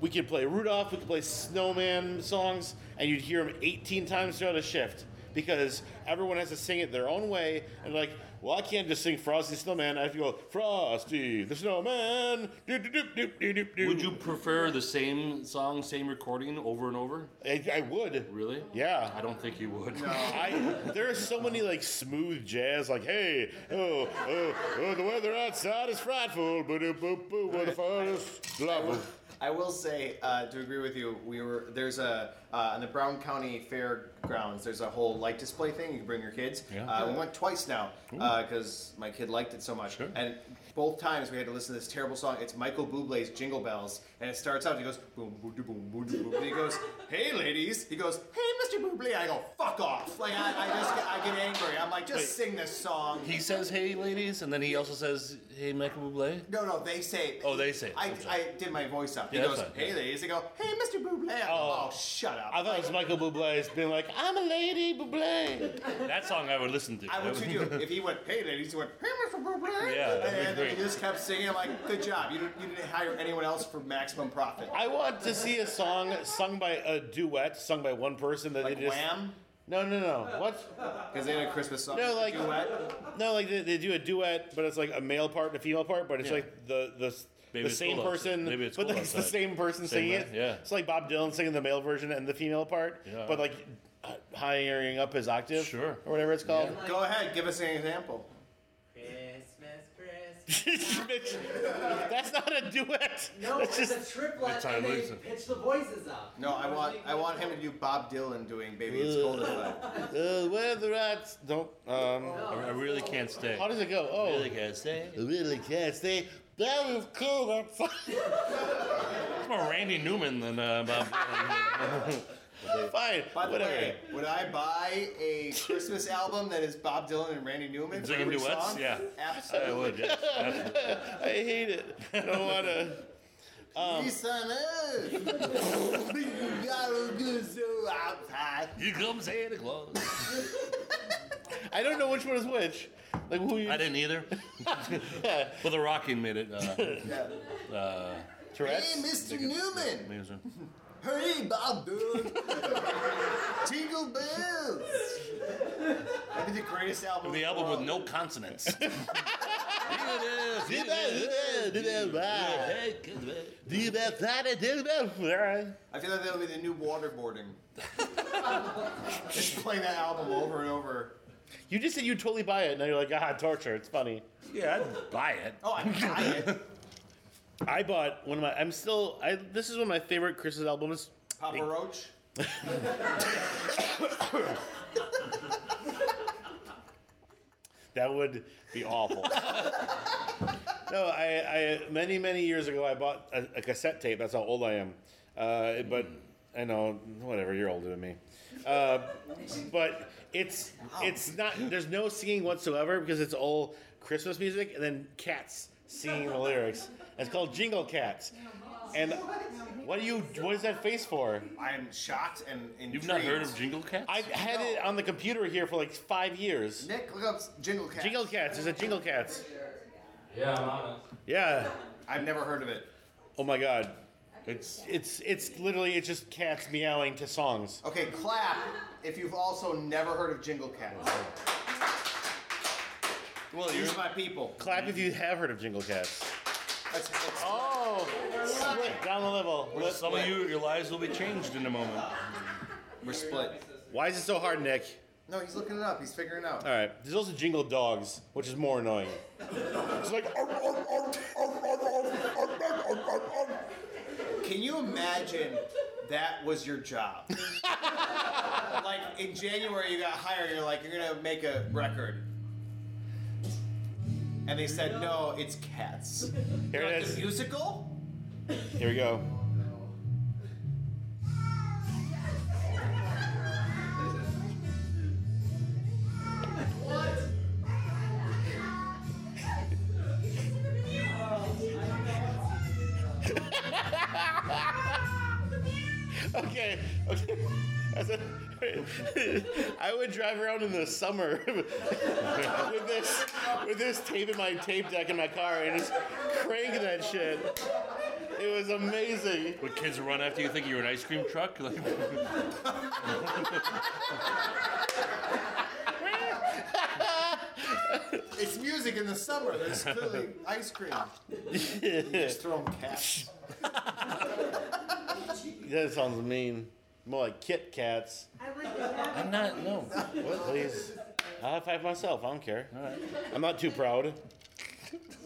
Speaker 1: we can play Rudolph, we can play Snowman songs, and you'd hear them 18 times throughout a shift because everyone has to sing it their own way. And like, well, I can't just sing Frosty Snowman. I have to go Frosty the Snowman. Doop, doop, doop, doop, doop, doop, doop.
Speaker 3: Would you prefer the same song, same recording over and over?
Speaker 1: I, I would.
Speaker 3: Really?
Speaker 1: Yeah.
Speaker 3: I don't think you would.
Speaker 1: I there are so many like smooth jazz, like hey, oh, oh, oh the weather outside is frightful, but boo boo, what the fire is lava.
Speaker 2: I will say uh, to agree with you. We were there's a uh, on the Brown County Fairgrounds. There's a whole light display thing. You can bring your kids.
Speaker 3: Yeah.
Speaker 2: Uh, we went twice now because my kid liked it so much.
Speaker 3: Sure.
Speaker 2: And both times we had to listen to this terrible song. It's Michael Bublé's Jingle Bells, and it starts out. He goes boom boom doo, boom boom doo, boom. And he goes, Hey ladies. He goes, Hey Mr. Bublé. I go, Fuck off. Like I, I just get, I get angry. I'm like, just
Speaker 3: Wait.
Speaker 2: sing this song.
Speaker 3: He says, "Hey, ladies," and then he also says, "Hey, Michael Bublé."
Speaker 2: No, no, they say.
Speaker 3: Oh, they say it.
Speaker 2: I,
Speaker 3: I'm sorry.
Speaker 2: I did my voice up. He
Speaker 3: Yeah,
Speaker 2: goes,
Speaker 3: that's fine.
Speaker 2: "Hey, ladies." They go, "Hey, Mr. Bublé." I go,
Speaker 1: Oh.
Speaker 2: Oh, shut up.
Speaker 1: I thought it was Michael Bublé's being like, I'm a lady Bublé.
Speaker 3: That song I would listen to.
Speaker 2: I would you do if he went, "Hey, ladies," he went, "Hey, Mr. Bublé."
Speaker 3: Yeah, that'd be
Speaker 2: and,
Speaker 3: great.
Speaker 2: he just kept singing. I'm Like, good job. You didn't, you didn't hire anyone else for maximum profit.
Speaker 1: I want to see a song sung by a duet, sung by one person that
Speaker 2: Like
Speaker 1: they just
Speaker 2: Wham,
Speaker 1: no no no what
Speaker 2: because they had a Christmas song.
Speaker 1: No,
Speaker 2: with a
Speaker 1: like-
Speaker 2: duet.
Speaker 1: no like they, they do a duet, but it's like a male part and a female part, but it's
Speaker 3: Yeah.
Speaker 1: like the the.
Speaker 3: Maybe
Speaker 1: the
Speaker 3: it's
Speaker 1: same
Speaker 3: cold outside.
Speaker 1: person,
Speaker 3: Maybe it's
Speaker 1: but
Speaker 3: cold
Speaker 1: like it's the
Speaker 3: outside.
Speaker 1: same person
Speaker 3: Same
Speaker 1: singing
Speaker 3: man,
Speaker 1: it.
Speaker 3: yeah.
Speaker 1: it's like Bob Dylan singing the male version and the female part,
Speaker 3: Yeah.
Speaker 1: but like uh, high-earring up his octave,
Speaker 3: Sure.
Speaker 1: or whatever it's called.
Speaker 2: Go ahead, give us an example.
Speaker 5: Christmas, Christmas.
Speaker 1: Mitch, That's not a duet.
Speaker 5: No,
Speaker 1: That's
Speaker 5: it's,
Speaker 1: just
Speaker 5: a triplet,
Speaker 3: That's how
Speaker 5: and
Speaker 3: it
Speaker 5: they
Speaker 3: looks.
Speaker 5: pitch the voices up.
Speaker 2: No, I want, I want him to do Bob Dylan doing "Baby It's
Speaker 1: Ugh.
Speaker 2: Cold Outside."
Speaker 1: uh, weather rats don't. Um,
Speaker 2: Oh.
Speaker 3: I, I really can't stay.
Speaker 1: how does it go?
Speaker 3: I
Speaker 1: Oh,
Speaker 3: really can't stay.
Speaker 1: I really can't stay. That is cold outside.
Speaker 3: It's more Randy Newman than uh, Bob. Dylan. They-
Speaker 1: Fine.
Speaker 2: By the
Speaker 1: whatever.
Speaker 2: way, would I buy a Christmas album that is Bob Dylan and Randy Newman? for
Speaker 3: Singing
Speaker 2: every
Speaker 3: duets?
Speaker 2: Song?
Speaker 3: Yeah. I
Speaker 2: Absolutely.
Speaker 3: would, yes. absolutely.
Speaker 1: I hate it. I don't want to.
Speaker 2: Peace on earth. You gotta do so outside.
Speaker 3: You come Santa Claus.
Speaker 1: I don't know which one is which. Like who you?
Speaker 3: I didn't either. well, The Rocking made it. Uh,
Speaker 2: Yeah.
Speaker 3: uh,
Speaker 1: Tourette's?
Speaker 2: Hey, Mr. Newman.
Speaker 3: amazing.
Speaker 2: Hey, Bob Dylan. Tingle bells. That'd be the greatest album.
Speaker 3: The
Speaker 2: in
Speaker 3: album with
Speaker 2: world.
Speaker 3: no consonants. Here it is.
Speaker 1: Do that, do that, do that, bye. Do that, that, do that, bye.
Speaker 2: I feel like that'll be the new waterboarding. Just playing that album over and over.
Speaker 1: You just said you totally buy it, and now you're like, ah, torture. It's funny.
Speaker 3: Yeah, I'd buy it.
Speaker 2: Oh, I got it.
Speaker 1: I bought one of my. I'm still. I. This is one of my favorite Christmas albums.
Speaker 2: Papa Roach.
Speaker 1: That would be awful. no, I, I many many years ago I bought a, a cassette tape. That's how old I am. Uh, but I know whatever. You're older than me. Uh, but it's it's not. There's no singing whatsoever because it's all Christmas music and then cats singing the lyrics. It's called Jingle Cats. And what do you? What is that face for?
Speaker 2: I am shocked and intrigued.
Speaker 3: You've not heard of Jingle Cats?
Speaker 1: I've had it on the computer here for like five years.
Speaker 2: Nick, look up Jingle Cat.
Speaker 1: Jingle Cats. There's a Jingle Cats.
Speaker 5: Yeah, I'm on it.
Speaker 1: Yeah.
Speaker 2: I've never heard of it.
Speaker 1: Oh my god.
Speaker 3: It's
Speaker 1: It's it's literally it's just cats meowing to songs.
Speaker 2: Okay, clap if you've also never heard of Jingle Cat.
Speaker 3: well,
Speaker 2: These are my people.
Speaker 1: Clap if you have heard of Jingle Cats.
Speaker 2: That's, that's,
Speaker 1: Oh, split down the level.
Speaker 3: you're, some of
Speaker 2: split.
Speaker 3: you, your lives will be changed in a moment.
Speaker 2: We're split.
Speaker 1: Why is it so hard, Nick?
Speaker 2: No, he's looking it up. He's figuring it out.
Speaker 1: All right. There's also Jingle Dogs, which is more annoying. It's like "Arr, arr, arr, arr, arr, arr, arr, arr, arr, arr."
Speaker 2: Can you imagine that was your job? like in January, you got hired. You're like, you're gonna make a record, and they said, no, it's cats.
Speaker 1: here it
Speaker 2: The
Speaker 1: is.
Speaker 2: musical?
Speaker 1: Here we go. Okay, okay. I said- I would drive around in the summer with this with this tape in my tape deck in my car and just crank that shit. It was amazing.
Speaker 3: Would kids run after you think you're an ice cream truck? Like,
Speaker 2: It's music in the summer. There's clearly ice cream. You just throw 'em cats.
Speaker 1: That sounds mean. More like Kit Kats.
Speaker 3: I'm not. No.
Speaker 1: What, please? I'll high five myself. I don't care. I'm not too proud.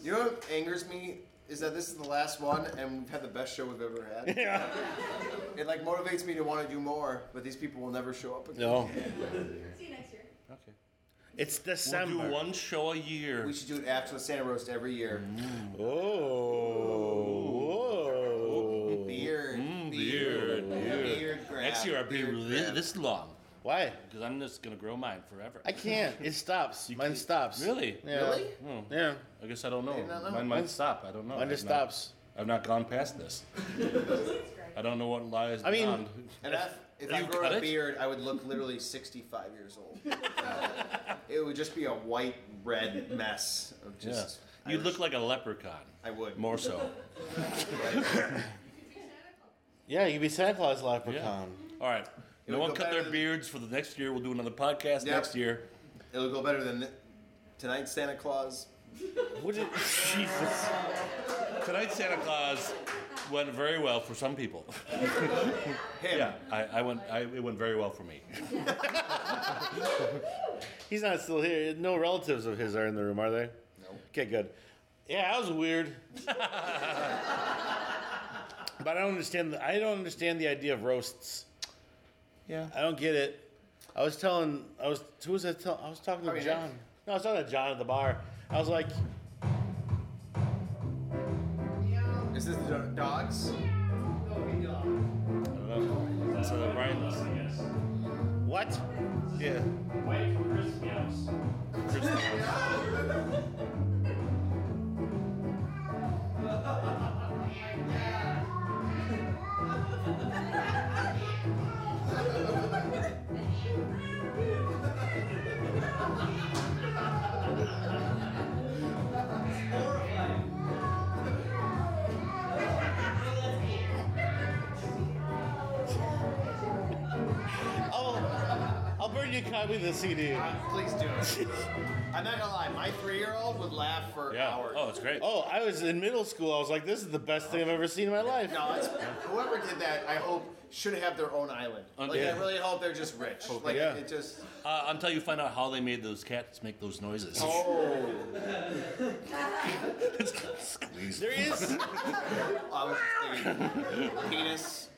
Speaker 2: You know what angers me is that this is the last one, and we've had the best show we've ever had.
Speaker 1: Yeah.
Speaker 2: It like motivates me to want to do more, but these people will never show up again.
Speaker 1: No.
Speaker 6: See you next year.
Speaker 3: Okay.
Speaker 1: It's
Speaker 3: We'll do
Speaker 1: December.
Speaker 3: one show a year.
Speaker 2: We should do it after the Santa roast every year.
Speaker 1: Oh. Whoa.
Speaker 2: Beard,
Speaker 3: Beard, beard.
Speaker 2: beard grab,
Speaker 3: Mm. Next year I'll be
Speaker 2: beard
Speaker 3: really
Speaker 2: grab.
Speaker 3: this long
Speaker 1: Why?
Speaker 3: because I'm just gonna grow mine forever.
Speaker 1: I can't. It stops. Mine
Speaker 3: can't-
Speaker 1: stops.
Speaker 3: Really?
Speaker 1: Yeah.
Speaker 2: Really?
Speaker 3: Oh,
Speaker 1: Yeah.
Speaker 3: I guess I don't know.
Speaker 2: Did not know.
Speaker 3: Mine might stop. I don't know.
Speaker 1: Mine
Speaker 3: I've
Speaker 1: just
Speaker 3: not-
Speaker 1: stops.
Speaker 3: I've not gone past this. I don't know what lies
Speaker 1: I mean-
Speaker 3: beyond.
Speaker 2: And if, if I
Speaker 3: You
Speaker 2: grew
Speaker 3: cut
Speaker 2: a
Speaker 3: it?
Speaker 2: beard, I would look literally 65 years old. it would just be a white, red mess of just.
Speaker 3: yeah. You'd
Speaker 2: Irish-
Speaker 3: look like a leprechaun.
Speaker 2: I would.
Speaker 3: More so.
Speaker 1: Yeah, you'd be Santa Claus
Speaker 3: Yeah.
Speaker 1: leprechaun.
Speaker 3: All right. No
Speaker 2: would
Speaker 3: one
Speaker 2: go
Speaker 3: cut
Speaker 2: better
Speaker 3: their
Speaker 2: than-
Speaker 3: beards for the next year. We'll do another podcast
Speaker 2: Yeah.
Speaker 3: next year.
Speaker 2: It'll go better than tonight's Santa Claus.
Speaker 1: Would it? Jesus.
Speaker 3: Tonight, Santa Claus went very well for some people.
Speaker 2: Him.
Speaker 3: Yeah, I, I went. I, it went very well for me.
Speaker 1: He's not still here. No relatives of his are in the room, are they? No. Okay, good. Yeah, that was weird. but I don't understand. The, I don't understand the idea of roasts.
Speaker 3: Yeah.
Speaker 1: I don't get it. I was telling. I was. Who was I telling? I was talking to
Speaker 2: Probably
Speaker 1: John.
Speaker 2: Nick.
Speaker 1: No, I was talking to John at the bar. I was like,
Speaker 2: Is this the dogs?
Speaker 5: No, we don't.
Speaker 3: I don't know.
Speaker 1: That's what Brian does. What? Yeah.
Speaker 9: Wait for Chris Gillis.
Speaker 1: Oh, I'll, I'll burn you a copy of the CD.
Speaker 2: Uh, please do it. I'm not gonna lie, my three-year-old would laugh for
Speaker 10: Yeah.
Speaker 2: hours.
Speaker 10: Oh, it's great.
Speaker 1: Oh, I was in middle school. I was like, this is the best thing I've ever seen in my life.
Speaker 2: No, it's, whoever did that, I hope should have their own island. Like
Speaker 1: Oh, yeah. Oh,
Speaker 2: I really hope they're just rich. Like
Speaker 1: yeah.
Speaker 2: it just.
Speaker 10: Uh, until you find out how they made those cats make those noises.
Speaker 2: Oh,
Speaker 10: Squeeze.
Speaker 1: There is
Speaker 2: oh, I was just thinking, penis,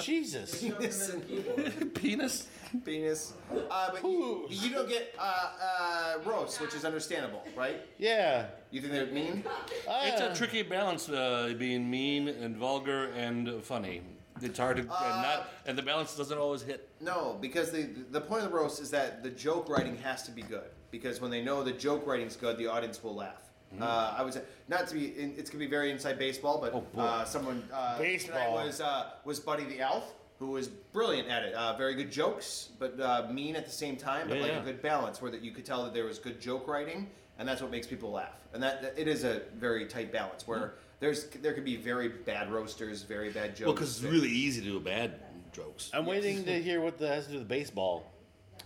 Speaker 1: Jesus.
Speaker 2: penis, and
Speaker 10: Penis.
Speaker 2: penis. Uh, but you, you don't get uh, uh, roast, which is understandable, right?
Speaker 1: Yeah.
Speaker 2: You think they're mean?
Speaker 10: It's
Speaker 1: Ah.
Speaker 10: a tricky balance uh, being mean and vulgar and funny. It's hard to and not, and the balance doesn't always hit.
Speaker 2: No, because the the point of the roast is that the joke writing has to be good. Because when they know the joke writing's good, the audience will laugh. Uh, I was not to be. It's gonna be very inside baseball, but
Speaker 10: boy.
Speaker 2: uh, someone uh,
Speaker 1: Baseball.
Speaker 2: tonight was uh, was Buddy the Elf, who was brilliant at it. Uh, very good jokes, but uh, mean at the same time, but
Speaker 10: Yeah,
Speaker 2: like
Speaker 10: yeah.
Speaker 2: a good balance where that you could tell that there was good joke writing, and that's what makes people laugh. And that that- it is a very tight balance where there's there could be very bad roasters, very bad jokes.
Speaker 3: Well, because it's
Speaker 2: that-
Speaker 3: really easy to do bad jokes.
Speaker 1: I'm waiting to hear what that has to do with baseball.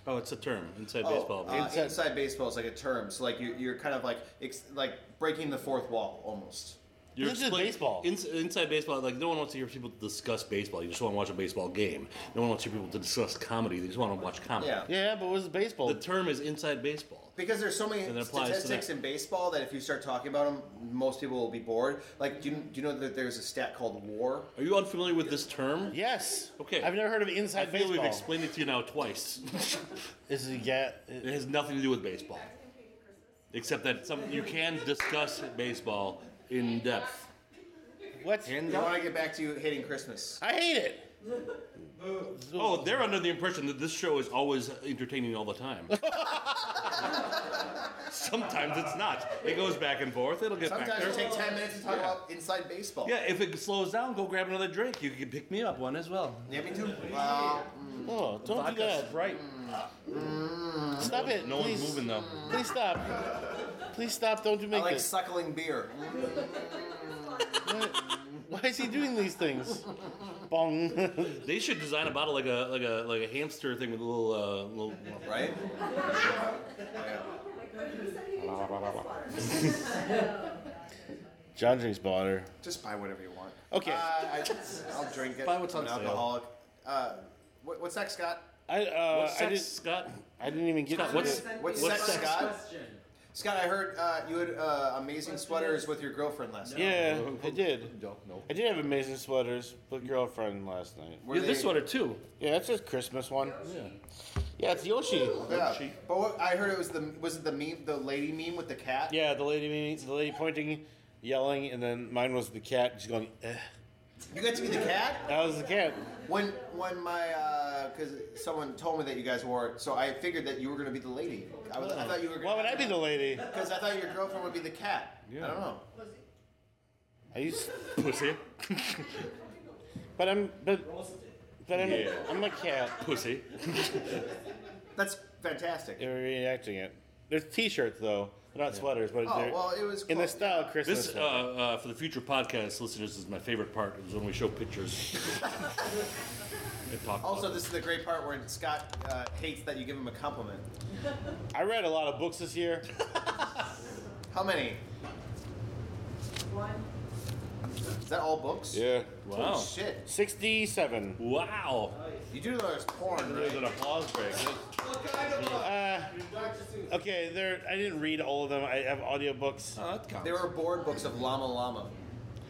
Speaker 3: Oh, it's a term inside
Speaker 2: Oh,
Speaker 3: baseball.
Speaker 2: uh,
Speaker 1: Inside-
Speaker 2: inside. baseball is like a term. So like you, you're kind of like ex- like breaking the fourth wall almost.
Speaker 3: You're
Speaker 1: This is
Speaker 3: explain-
Speaker 1: baseball.
Speaker 3: ins- inside baseball, like no one wants to hear people discuss baseball. You just want to watch a baseball game. No one wants to hear people to discuss comedy. They just want to watch comedy.
Speaker 2: Yeah.
Speaker 1: Yeah, but what's baseball?
Speaker 3: The term is inside baseball.
Speaker 2: Because there's so
Speaker 3: And it
Speaker 2: many
Speaker 3: applies to
Speaker 2: statistics
Speaker 3: that.
Speaker 2: in baseball that if you start talking about them, most people will be bored. Like, do you, do you know that there's a stat called WAR?
Speaker 3: Are you unfamiliar with this term?
Speaker 1: yes.
Speaker 3: Okay.
Speaker 1: I've never heard of
Speaker 3: I
Speaker 1: inside
Speaker 3: feel
Speaker 1: baseball.
Speaker 3: we've explained it to you now twice.
Speaker 1: Is it yeah?
Speaker 3: It has nothing to do with baseball, except that some you can discuss baseball in depth.
Speaker 1: What?
Speaker 2: I want to get back to you hating Christmas.
Speaker 1: I hate it.
Speaker 3: Oh, they're under the impression that this show is always entertaining all the time. Sometimes it's not. It goes back and forth. It'll get back
Speaker 2: Sometimes
Speaker 3: there.
Speaker 2: it take ten minutes to talk about inside baseball.
Speaker 3: yeah, if it slows down, go grab another drink. You can pick me up one as well.
Speaker 2: Yeah, me too. Wow.
Speaker 1: Oh, don't do that.
Speaker 3: right.
Speaker 1: Stop it.
Speaker 3: No
Speaker 1: please.
Speaker 3: one's moving though.
Speaker 1: Please stop. Please stop. Don't do
Speaker 2: I
Speaker 1: make
Speaker 2: like
Speaker 1: this.
Speaker 2: suckling beer.
Speaker 1: Why is he doing these things? Bong.
Speaker 3: They should design a bottle like a like a like a hamster thing with a little uh, little.
Speaker 2: Right?
Speaker 1: John drinks water.
Speaker 2: Just buy whatever you want.
Speaker 1: Okay.
Speaker 2: Uh, I, I'll drink it.
Speaker 3: Buy what's on
Speaker 2: I'm an
Speaker 3: sale.
Speaker 2: alcoholic. Uh, what, what's next, Scott?
Speaker 1: I uh,
Speaker 3: What's
Speaker 1: I
Speaker 3: sex,
Speaker 1: didn't
Speaker 3: Scott?
Speaker 1: I didn't even get
Speaker 3: Scott,
Speaker 1: to
Speaker 3: what's-
Speaker 1: the-
Speaker 2: What's,
Speaker 3: What's
Speaker 2: sex,
Speaker 3: sex?
Speaker 2: Scott? Scott, I heard uh, you had uh, amazing sweaters with your girlfriend last night.
Speaker 1: Yeah, I did.
Speaker 3: No, no.
Speaker 1: I did have amazing sweaters with girlfriend last night.
Speaker 2: Were
Speaker 3: Yeah, this
Speaker 2: they-
Speaker 3: one or two.
Speaker 1: Yeah, that's a Christmas one. Yeah, it's Yoshi.
Speaker 2: Yeah. But what, I heard it was the was it the meme the lady meme with the cat?
Speaker 1: Yeah, the lady means the lady pointing, yelling, and then mine was the cat. She's going. Ugh.
Speaker 2: You got to be the cat.
Speaker 1: That was the cat.
Speaker 2: When when my because someone told me that you guys wore it, so I figured that you were gonna be the lady. I, was, I thought you were.
Speaker 1: Why would I be the lady?
Speaker 2: Because I thought your girlfriend would be the cat. I don't know.
Speaker 1: I used,
Speaker 3: Pussy.
Speaker 1: but I'm but but I'm
Speaker 3: Yeah.
Speaker 1: I'm a cat.
Speaker 3: Pussy.
Speaker 2: That's fantastic.
Speaker 1: They're reenacting it. There's T-shirts though. They're not sweaters, but
Speaker 2: Oh
Speaker 1: they're
Speaker 2: well, it was
Speaker 1: in the
Speaker 2: close.
Speaker 1: style Christmas.
Speaker 3: This, uh, uh, for the future podcast listeners, is my favorite part. Is when we show pictures. and talk about
Speaker 2: Also,
Speaker 3: it.
Speaker 2: this is the great part where Scott uh, hates that you give him a compliment.
Speaker 1: I read a lot of books this year.
Speaker 2: How many?
Speaker 4: One.
Speaker 2: Is that all books?
Speaker 1: Yeah.
Speaker 3: Wow.
Speaker 2: Oh, shit.
Speaker 1: Sixty-seven.
Speaker 3: Wow.
Speaker 2: You do know there's porn,
Speaker 3: There's
Speaker 2: right?
Speaker 3: an applause break. That's-
Speaker 1: Uh, okay, there. I didn't read all of them. I have audiobooks.
Speaker 3: Oh, that counts.
Speaker 2: They were board books of Llama Llama.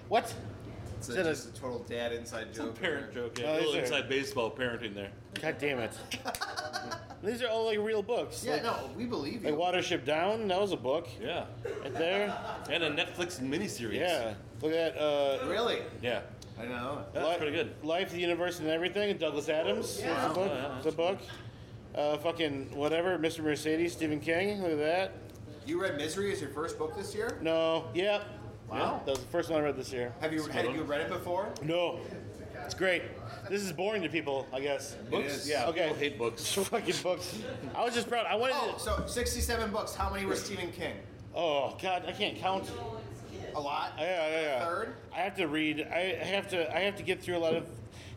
Speaker 1: What?
Speaker 2: It's
Speaker 1: Is that
Speaker 2: a,
Speaker 1: a-
Speaker 2: just a total dad inside
Speaker 3: It's a
Speaker 2: joke.
Speaker 3: parent joke. Yeah.
Speaker 1: Oh,
Speaker 3: a little
Speaker 1: is there?
Speaker 3: inside baseball parenting there.
Speaker 1: God damn it! These are all like real books.
Speaker 2: Yeah,
Speaker 1: like,
Speaker 2: no, we believe you.
Speaker 1: like Watership Down. That was a book.
Speaker 3: Yeah.
Speaker 1: Right there.
Speaker 3: And a Netflix miniseries.
Speaker 1: Yeah. Look at that. Uh,
Speaker 2: really?
Speaker 3: Yeah.
Speaker 2: I don't know.
Speaker 8: Yeah, that's
Speaker 1: Li-
Speaker 8: pretty good. Oh,
Speaker 1: Life, the Universe, and Everything. Douglas Adams. It's a book. It's a book. Uh, fucking whatever. Mr. Mercedes. Stephen King. Look at that.
Speaker 2: You read Misery as your first book this year?
Speaker 1: No. Yep.
Speaker 2: Wow.
Speaker 1: That was the first one I read this year.
Speaker 2: Have you had you read it before?
Speaker 1: No. It's great. This is boring to people, I guess.
Speaker 2: Books?
Speaker 1: Yeah.
Speaker 8: I
Speaker 1: Okay.
Speaker 8: hate books.
Speaker 1: Fucking books. I was just proud. I wanted.
Speaker 2: Oh,
Speaker 1: to-
Speaker 2: so 67 books. How many were Stephen King?
Speaker 1: Oh God, I can't count.
Speaker 2: A lot?
Speaker 1: Yeah, yeah, yeah.
Speaker 2: Third?
Speaker 1: I have to read. I I have to. I have to get through a lot of.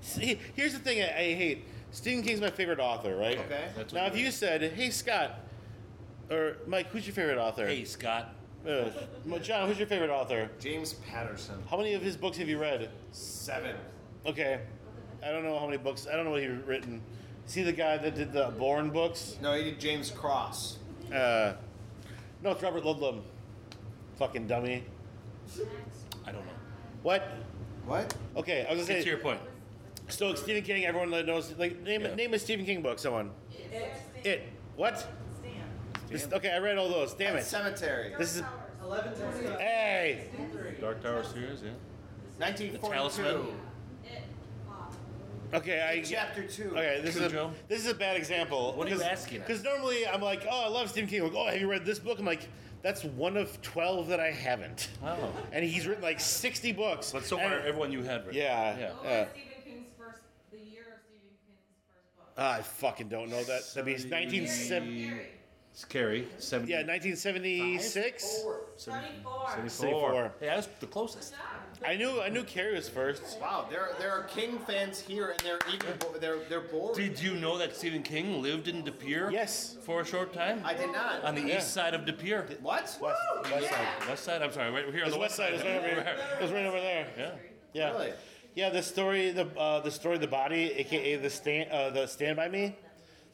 Speaker 1: See, here's the thing. I, I hate. Stephen King's my favorite author, right?
Speaker 2: Okay. That's
Speaker 1: now, if you said, "Hey, Scott," or Mike, who's your favorite author?
Speaker 3: Hey, Scott.
Speaker 1: Uh, John, who's your favorite author?
Speaker 2: James Patterson.
Speaker 1: How many of his books have you read?
Speaker 2: Seven.
Speaker 1: Okay, I don't know how many books. I don't know what he's written. See the guy that did the Bourne books?
Speaker 2: No, he did James Cross.
Speaker 1: Uh, no, it's Robert Ludlum. Fucking dummy.
Speaker 3: I don't know.
Speaker 1: What?
Speaker 2: What?
Speaker 1: Okay, I was gonna
Speaker 3: Get
Speaker 1: say.
Speaker 3: to your point.
Speaker 1: So like, Stephen King, everyone that knows, like name
Speaker 3: Yeah.
Speaker 1: name a Stephen King book. Someone. It. What? This- okay, I read all those. Damn it.
Speaker 2: Cemetery.
Speaker 1: This is. Hey.
Speaker 3: Dark Tower series, yeah.
Speaker 2: 1942.
Speaker 3: Talisman.
Speaker 1: Okay, I.
Speaker 2: Chapter 2.
Speaker 1: Okay, this is a,
Speaker 3: Cujo.
Speaker 1: this is a bad example.
Speaker 3: What are you asking us?
Speaker 1: Because normally I'm like, oh, I love Stephen King. Like, oh, have you read this book? I'm like, that's one of twelve that I haven't.
Speaker 3: Wow.
Speaker 1: And he's written like sixty books.
Speaker 3: But so
Speaker 1: And-
Speaker 3: far, everyone you had, right?
Speaker 1: Yeah.
Speaker 3: Yeah.
Speaker 6: What
Speaker 1: Uh,
Speaker 6: was Stephen King's first, the year of Stephen King's first book?
Speaker 1: I fucking don't know that. That'd be
Speaker 3: Seventy-
Speaker 1: 1970.
Speaker 6: Gary,
Speaker 3: Scary. 70,
Speaker 1: Yeah, 1976.
Speaker 6: Seventy-four.
Speaker 1: 74.
Speaker 3: Yeah, that's the closest.
Speaker 1: I knew I knew Carrie was first.
Speaker 2: Wow, there there are King fans here, and they're even bo- they're they're bored.
Speaker 3: Did you know that Stephen King lived in De Pere?
Speaker 1: Yes.
Speaker 3: For a short time?
Speaker 2: I did not.
Speaker 3: On the
Speaker 1: Yeah.
Speaker 3: east side of De Pere.
Speaker 2: what?
Speaker 1: West, west side.
Speaker 3: West side? I'm sorry, right here on
Speaker 1: It was
Speaker 3: the
Speaker 1: west side. It was right over here. It was right over there.
Speaker 3: Yeah.
Speaker 1: Yeah.
Speaker 2: Really?
Speaker 1: Yeah, the story, the uh, the story, the body, aka the stand, uh, the Stand by Me,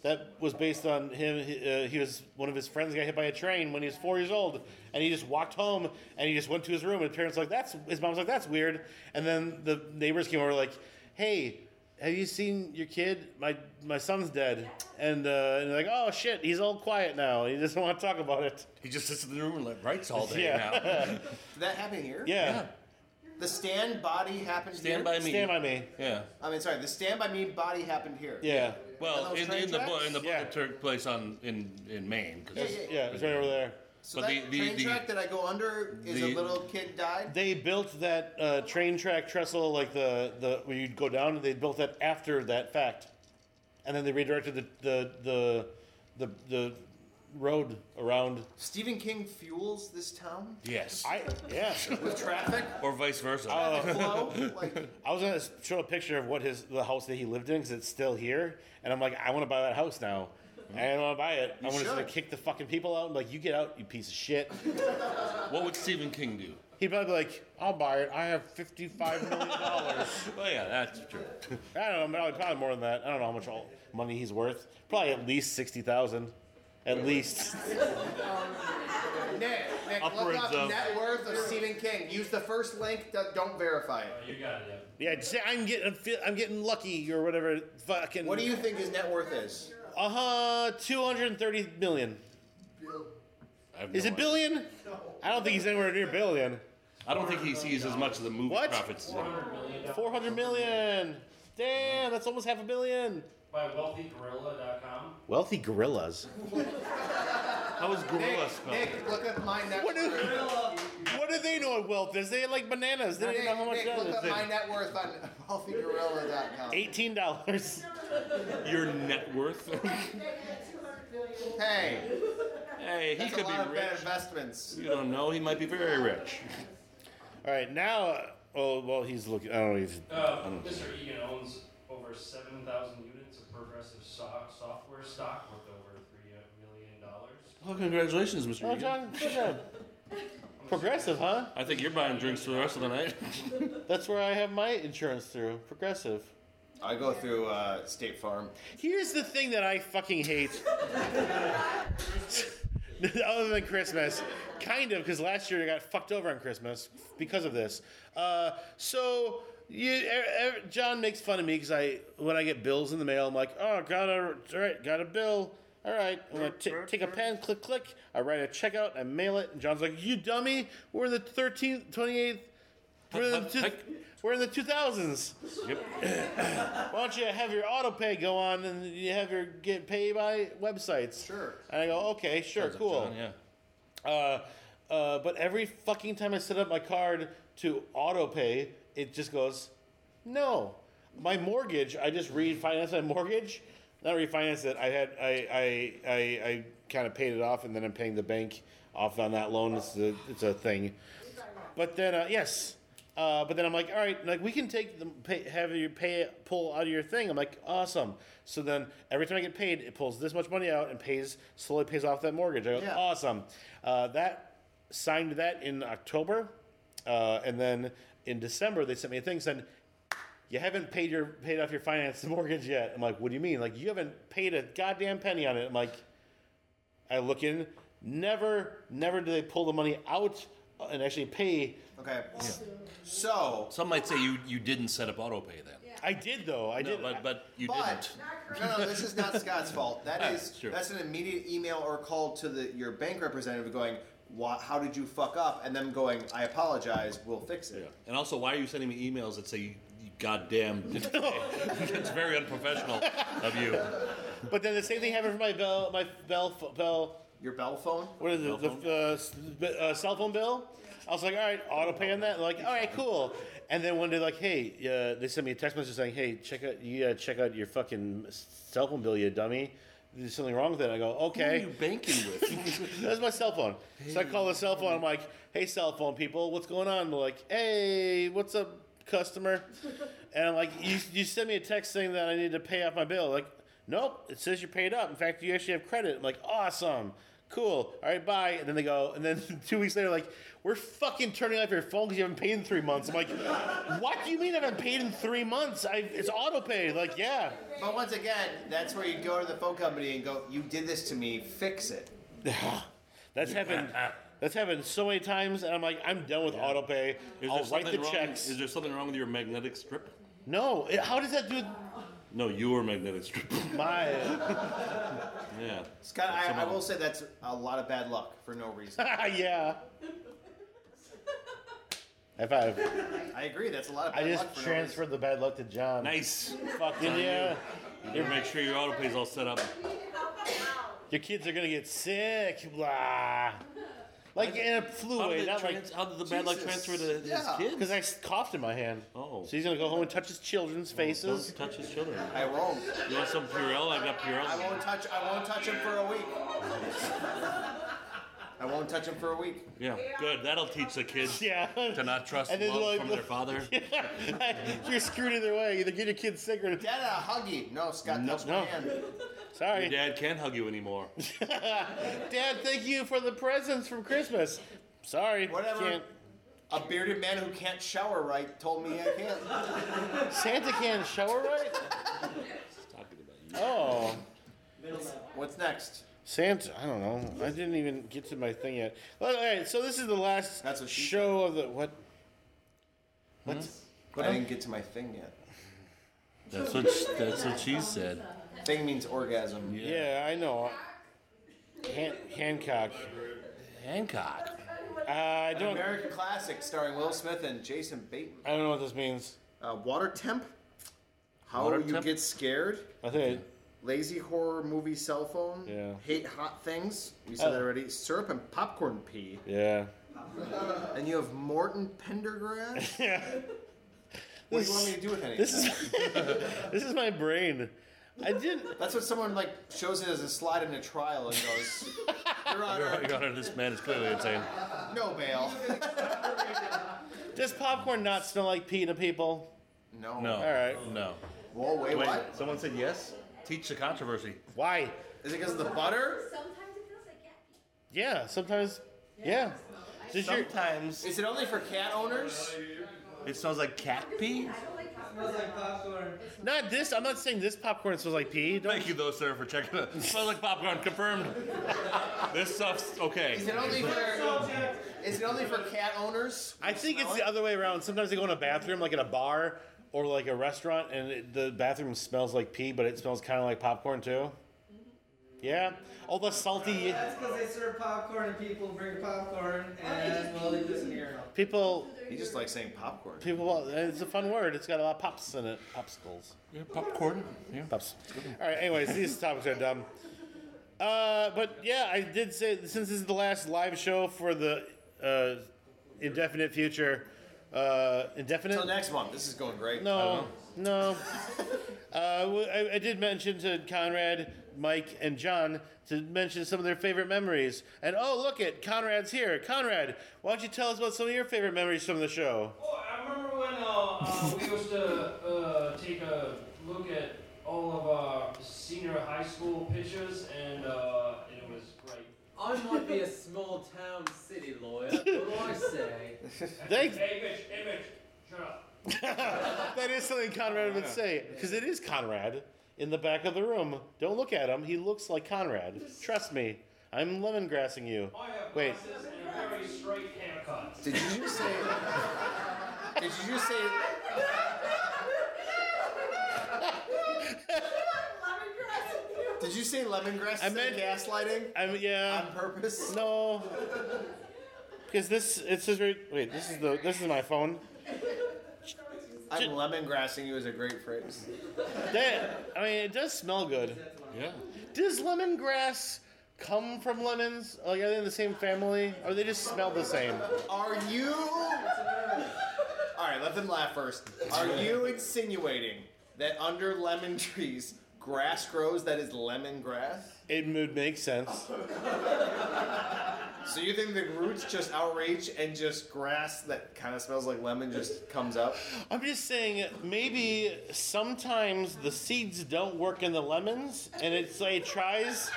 Speaker 1: that was based on him. He, uh, he was one of his friends got hit by a train when he was four years old, and he just walked home and he just went to his room. And his parents were like that's his mom's like that's weird, and then the neighbors came over like, hey. Have you seen your kid? My my son's dead, and, uh, and they're like, oh shit, he's all quiet now. He doesn't want to talk about it.
Speaker 3: He just sits in the room and like, writes all day now.
Speaker 1: yeah.
Speaker 2: Did that happen here?
Speaker 1: yeah,
Speaker 2: The stand body happened here.
Speaker 3: Stand by me.
Speaker 1: Stand by me.
Speaker 3: Yeah.
Speaker 2: I mean, sorry, the stand by me body happened here.
Speaker 1: Yeah,
Speaker 3: Well,
Speaker 2: those
Speaker 3: in,
Speaker 2: train
Speaker 3: in the book,
Speaker 2: tracks?
Speaker 3: in the book,
Speaker 1: Yeah.
Speaker 3: it took place on in in Maine. 'cause
Speaker 2: Yeah,
Speaker 3: it's-
Speaker 1: yeah, it's right over there.
Speaker 2: So
Speaker 3: But
Speaker 2: that
Speaker 3: the- the-
Speaker 2: train
Speaker 3: the-
Speaker 2: track that I go under is
Speaker 3: the-
Speaker 2: a little kid died.
Speaker 1: They built that uh, train track trestle, like the, the where you'd go down. They built that after that fact, and then they redirected the the the the, the road around.
Speaker 2: Stephen King fuels this town
Speaker 3: Yes.
Speaker 1: I yeah.
Speaker 2: with traffic,
Speaker 3: or vice versa.
Speaker 2: Oh. flow. Like,
Speaker 1: I was gonna show a picture of what his the house that he lived in because it's still here, and I'm like, I want to buy that house now. I don't want to buy it. I want to
Speaker 2: should.
Speaker 1: kick the fucking people out. and like, you get out, you piece of shit.
Speaker 3: what would Stephen King do?
Speaker 1: He'd probably be like, I'll buy it. I have fifty-five million dollars.
Speaker 3: Well, yeah, that's true.
Speaker 1: I don't know, probably, probably more than that. I don't know how much all money he's worth. Probably at least sixty thousand, at least.
Speaker 2: Nick, Nick, look
Speaker 3: Upwards
Speaker 2: up
Speaker 3: of-
Speaker 2: net worth of Stephen King. Use the first link. do- Don't verify it.
Speaker 5: You got it, Evan.
Speaker 1: Yeah, just say, I'm getting, I'm feel- I'm getting lucky or whatever. Fucking.
Speaker 2: What do you think his net worth is?
Speaker 1: Uh huh. Two hundred thirty million.
Speaker 3: I have
Speaker 1: Is
Speaker 3: no
Speaker 1: it
Speaker 3: idea.
Speaker 1: billion? I don't think he's anywhere near billion.
Speaker 3: I don't think he sees as much of the movie
Speaker 1: What?
Speaker 3: profits. as anyone.
Speaker 1: Four hundred million. Damn, that's almost half a billion.
Speaker 5: By wealthygorilla.com.
Speaker 1: Wealthy gorillas.
Speaker 3: How is gorilla
Speaker 2: Nick,
Speaker 3: spelled?
Speaker 2: Nick, look up my net
Speaker 1: What do-
Speaker 2: worth.
Speaker 1: What do they know what wealth is? They had like bananas. They don't even
Speaker 2: Nick,
Speaker 1: know how much
Speaker 2: Nick, look
Speaker 1: that
Speaker 2: up
Speaker 1: is.
Speaker 2: my net worth on wealthygorilla.com.
Speaker 1: Eighteen dollars.
Speaker 3: Your net worth?
Speaker 2: Hey,
Speaker 3: hey, he
Speaker 2: that's
Speaker 3: could
Speaker 2: a lot
Speaker 3: be
Speaker 2: of bad
Speaker 3: rich.
Speaker 2: investments.
Speaker 3: You don't know. He might be very rich.
Speaker 1: All right, now. Oh well, he's looking. I don't know. He's
Speaker 5: Uh, Mr. Egan owns over 7,000 units of progressive so- software stock worth over $3 million.
Speaker 3: Well, congratulations, Mr.
Speaker 1: Oh,
Speaker 3: Egan.
Speaker 1: John, good job. Progressive, huh?
Speaker 3: I think you're buying drinks for the rest of the night.
Speaker 1: That's where I have my insurance through. Progressive.
Speaker 2: I go through uh, State Farm.
Speaker 1: Here's the thing that I fucking hate. Other than Christmas, kind of, because last year I got fucked over on Christmas because of this. Uh, so. You, er, er, John makes fun of me because I, when I get bills in the mail, I'm like, oh, got a, all right, got a bill, all right. I'm gonna t- take a pen, click, click. I write a check out, I mail it, and John's like, you dummy, we're the 13th, 28th, we're the,
Speaker 3: Heck,
Speaker 1: We're in the 2000s. Why don't you have your auto pay go on and you have your get paid by websites?
Speaker 2: Sure.
Speaker 1: And I go, okay, sure, cool.
Speaker 3: Yeah.
Speaker 1: Uh, uh, but every fucking time I set up my card to auto pay, it just goes, no. My mortgage, I just refinanced my mortgage. Not refinance it. I had I I I, I kind of paid it off, and then I'm paying the bank off on that loan. It's a it's a thing. But then uh, yes, uh, but then I'm like, all right, like we can take the pay, have your pay pull out of your thing. I'm like, awesome. So then every time I get paid, it pulls this much money out and pays slowly pays off that mortgage. I go,
Speaker 2: Yeah.
Speaker 1: awesome. Uh, that signed that in October, uh, and then in December they sent me a thing saying. You haven't paid your paid off your finance mortgage yet. I'm like, what do you mean? Like you haven't paid a goddamn penny on it. I'm like, I look in. Never, never do they pull the money out uh, and actually pay.
Speaker 2: Okay. So,
Speaker 3: Some might say you, you didn't set up autopay then.
Speaker 1: I did though. I
Speaker 3: No,
Speaker 1: did.
Speaker 3: but, but you
Speaker 2: but
Speaker 3: didn't.
Speaker 2: no, no, this is not Scott's fault. That
Speaker 3: Alright,
Speaker 2: is
Speaker 3: sure.
Speaker 2: that's an immediate email or call to the your bank representative going, "Wha- "How did you fuck up?" And them going, "I apologize. We'll fix it."
Speaker 8: Yeah.
Speaker 3: And also, why are you sending me emails that say you, you goddamn? it's very unprofessional of you.
Speaker 1: but then the same thing happened for my bell, my bell, ph- bell.
Speaker 2: Your bell phone.
Speaker 1: What is it? The uh, s- b- uh, cell phone bill. I was like, all right, auto pay on that. Like, all right, cool. And then one day, like, hey, uh, they sent me a text message saying, hey, check out, you gotta check out your fucking cell phone bill, you dummy. There's something wrong with it. I go,
Speaker 3: Who are
Speaker 1: okay.
Speaker 3: you banking with?
Speaker 1: That's my cell phone. So I call the cell phone. I'm like, hey, cell phone people, what's going on? They're like, hey, what's up, customer? And I'm like, you, you sent me a text saying that I need to pay off my bill. Like, nope, it says you're paid up. In fact, you actually have credit. I'm like, awesome. Cool. All right, bye. And then they go, and then two weeks later, like, we're fucking turning off your phone because you haven't paid in three months. I'm like, what do you mean I haven't paid in three months? I, it's auto pay. Like, yeah.
Speaker 2: But once again, that's where you go to the phone company and go, "You did this to me. Fix it."
Speaker 1: That's happened. That's happened so many times, and I'm like, I'm done with auto pay.
Speaker 8: Is there
Speaker 1: I'll write the
Speaker 8: something wrong-
Speaker 1: checks.
Speaker 8: Is there something wrong with your magnetic strip?
Speaker 1: No, it- how does that do
Speaker 8: No, your magnetic strip.
Speaker 1: my?
Speaker 8: yeah.
Speaker 2: Scott, I, I will say that's a lot of bad luck for no reason.
Speaker 1: yeah. High five.
Speaker 2: I agree. That's a lot of
Speaker 1: I
Speaker 2: bad
Speaker 1: just
Speaker 2: luck for
Speaker 1: transferred the bad luck to John.
Speaker 8: Nice.
Speaker 1: Fucking yeah.
Speaker 8: You better make sure your auto pay's all set up.
Speaker 4: We need to help them out.
Speaker 1: Your kids are gonna get sick. Blah. Like in a flu
Speaker 8: How
Speaker 1: way,
Speaker 8: did, it
Speaker 1: not like
Speaker 8: trans- how did the bad luck
Speaker 2: Jesus.
Speaker 8: transfer to his
Speaker 2: Yeah.
Speaker 8: kids?
Speaker 1: because I s- coughed in my hand.
Speaker 8: Oh.
Speaker 1: So he's gonna go home and touch his children's
Speaker 8: Don't
Speaker 1: faces.
Speaker 8: touch his children.
Speaker 2: no reason. I won't.
Speaker 8: You want some Purell? I got
Speaker 2: I
Speaker 8: Purell.
Speaker 2: won't touch. I won't touch him for a week. I won't touch him for a week.
Speaker 8: Yeah, good. That'll teach the kids
Speaker 1: Yeah.
Speaker 3: to not trust
Speaker 1: And then
Speaker 3: love
Speaker 1: like-
Speaker 3: from their father.
Speaker 1: You're screwed either way. Either get your kids sick or
Speaker 2: Dad, a huggy. No, Scott, touched
Speaker 1: no.
Speaker 2: my hand.
Speaker 1: sorry.
Speaker 8: Your dad can't hug you anymore.
Speaker 1: Dad, thank you for the presents from Christmas. Sorry.
Speaker 2: Whatever.
Speaker 1: Can't.
Speaker 2: A bearded man who can't shower right told me I can't.
Speaker 1: Santa can't shower right?
Speaker 8: Talking about you.
Speaker 1: Oh.
Speaker 2: What's next?
Speaker 1: Santa, I don't know. I didn't even get to my thing yet. Well, all right, so this is the last
Speaker 2: That's what she
Speaker 1: show of the what? Hmm? What?
Speaker 2: I didn't get to my thing yet.
Speaker 3: That's what sh- that's what she said.
Speaker 2: Thing means orgasm.
Speaker 1: Yeah, I know. Han- Hancock.
Speaker 3: Hancock.
Speaker 1: Uh, I don't. I
Speaker 2: American classic starring Will Smith and Jason Bateman.
Speaker 1: don't know what this means.
Speaker 2: Uh, water temp. How
Speaker 3: Water
Speaker 2: you
Speaker 3: temp?
Speaker 2: get scared?
Speaker 1: I think.
Speaker 2: Lazy horror movie cell phone.
Speaker 1: Yeah.
Speaker 2: Hate hot things. We said
Speaker 1: Oh.
Speaker 2: that already. Syrup and popcorn pee.
Speaker 1: I, yeah.
Speaker 2: And you have Morton Pendergrass. What do you want me to do with any? of
Speaker 1: This
Speaker 2: that?
Speaker 1: is this is my brain. I didn't.
Speaker 2: That's what someone like shows it as a slide in a trial and goes, "Your
Speaker 3: Your,
Speaker 2: Honor,
Speaker 3: Your Honor, this man is clearly insane.
Speaker 2: no bail."
Speaker 1: Does popcorn not smell like pee to people?
Speaker 2: No.
Speaker 3: No.
Speaker 1: All right.
Speaker 3: No.
Speaker 2: Whoa, wait,
Speaker 3: Wait,
Speaker 2: what?
Speaker 3: someone said yes? Teach the controversy.
Speaker 1: Why?
Speaker 2: Is it because of the butter?
Speaker 7: Sometimes it feels like cat pee.
Speaker 1: Yeah. Sometimes. Yeah. Does your
Speaker 3: Sometimes
Speaker 2: Is it only for cat owners?
Speaker 3: it smells like cat pee.
Speaker 1: Not this. I'm not saying this popcorn smells like pee. Don't,
Speaker 3: Thank you, though, sir, for checking it. Smells like popcorn. Confirmed. this stuff's
Speaker 2: Is
Speaker 3: okay.
Speaker 2: it only for? Is it only for cat owners?
Speaker 1: I think it's
Speaker 2: Smell
Speaker 1: the
Speaker 2: it?
Speaker 1: other way around. Sometimes they go in a bathroom, like in a bar or like a restaurant, and it, the bathroom smells like pee, but it smells kind of like popcorn too. Yeah, all the salty.
Speaker 11: That's because they serve popcorn and people bring popcorn and well they just hear
Speaker 1: People,
Speaker 2: He just likes saying popcorn.
Speaker 1: people. It's a fun word. It's got a lot of pops in it. Popsicles.
Speaker 3: Yeah, popcorn. Yeah.
Speaker 1: Pops. All right. Anyways, these topics are dumb. Uh, but yeah, I did say since this is the last live show for the uh, indefinite future. Uh, indefinite.
Speaker 2: Till next month. This is going great.
Speaker 1: No, no. uh, w- I, I did mention to Conrad, Mike, and John to mention some of their favorite memories. And oh, look it, Conrad's here. Conrad, why don't you tell us about some of your favorite memories from the show?
Speaker 5: Oh, I remember when uh, uh, we used to uh, take a look at all of our senior high school pictures, and uh, it was great.
Speaker 7: I might be a small town city lawyer, but I say
Speaker 1: Thank-
Speaker 5: Hey, Mitch, hey, Mitch, shut up.
Speaker 1: that is something Conrad would say because it is Conrad in the back of the room. Don't look at him; he looks like Conrad. Trust me, I'm lemongrassing you.
Speaker 5: I have
Speaker 1: Wait.
Speaker 5: glasses and a very straight haircut.
Speaker 2: Did you just say? did you just say? Did you say lemongrass?
Speaker 1: I
Speaker 2: I
Speaker 1: meant-
Speaker 2: meant gaslighting
Speaker 1: I'm yeah.
Speaker 2: on purpose.
Speaker 1: No. Because this, it says right. Wait, this is the this is my phone.
Speaker 2: I'm lemongrassing you is a great phrase.
Speaker 1: That I mean, it does smell good.
Speaker 3: Yeah.
Speaker 1: Does lemongrass come from lemons? Like, are they in the same family, or they just smell the same?
Speaker 2: Are you? All right, let them laugh first. Are you insinuating that under lemon trees, grass grows that is lemongrass?
Speaker 1: It would make sense.
Speaker 2: So you think the roots just outreach and just grass that kind of smells like lemon just comes up?
Speaker 1: I'm just saying, maybe sometimes the seeds don't work in the lemons, and it's like it tries,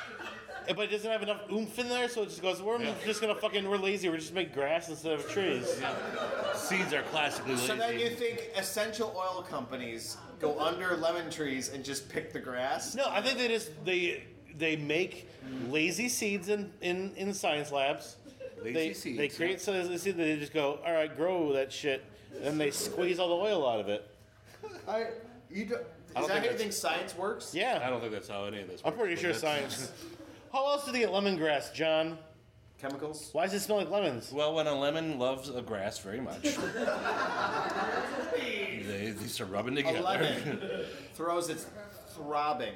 Speaker 1: but it doesn't have enough oomph in there, so it just goes. We're just gonna fucking we're lazy. We're just make grass instead of trees.
Speaker 3: Seeds are classically lazy.
Speaker 2: So then you think essential oil companies go under lemon trees and just pick the grass?
Speaker 1: No, I think they just they they make lazy seeds in in, in science labs.
Speaker 3: Lazy
Speaker 1: they,
Speaker 3: seeds,
Speaker 1: They create so they see they just go, all right, grow that shit, and they squeeze all the oil out of it.
Speaker 2: I, you don't, is that
Speaker 3: don't think
Speaker 2: how you
Speaker 3: that's-
Speaker 2: think science works?
Speaker 1: Yeah,
Speaker 3: I don't think that's how any of this.
Speaker 1: I'm
Speaker 3: works,
Speaker 1: pretty
Speaker 3: but
Speaker 1: sure
Speaker 3: that's-
Speaker 1: science. How else do they get lemongrass, John?
Speaker 2: Chemicals?
Speaker 1: Why does it smell like lemons?
Speaker 3: Well, when a lemon loves a grass very much, they, they start rubbing together.
Speaker 2: A lemon throws its throbbing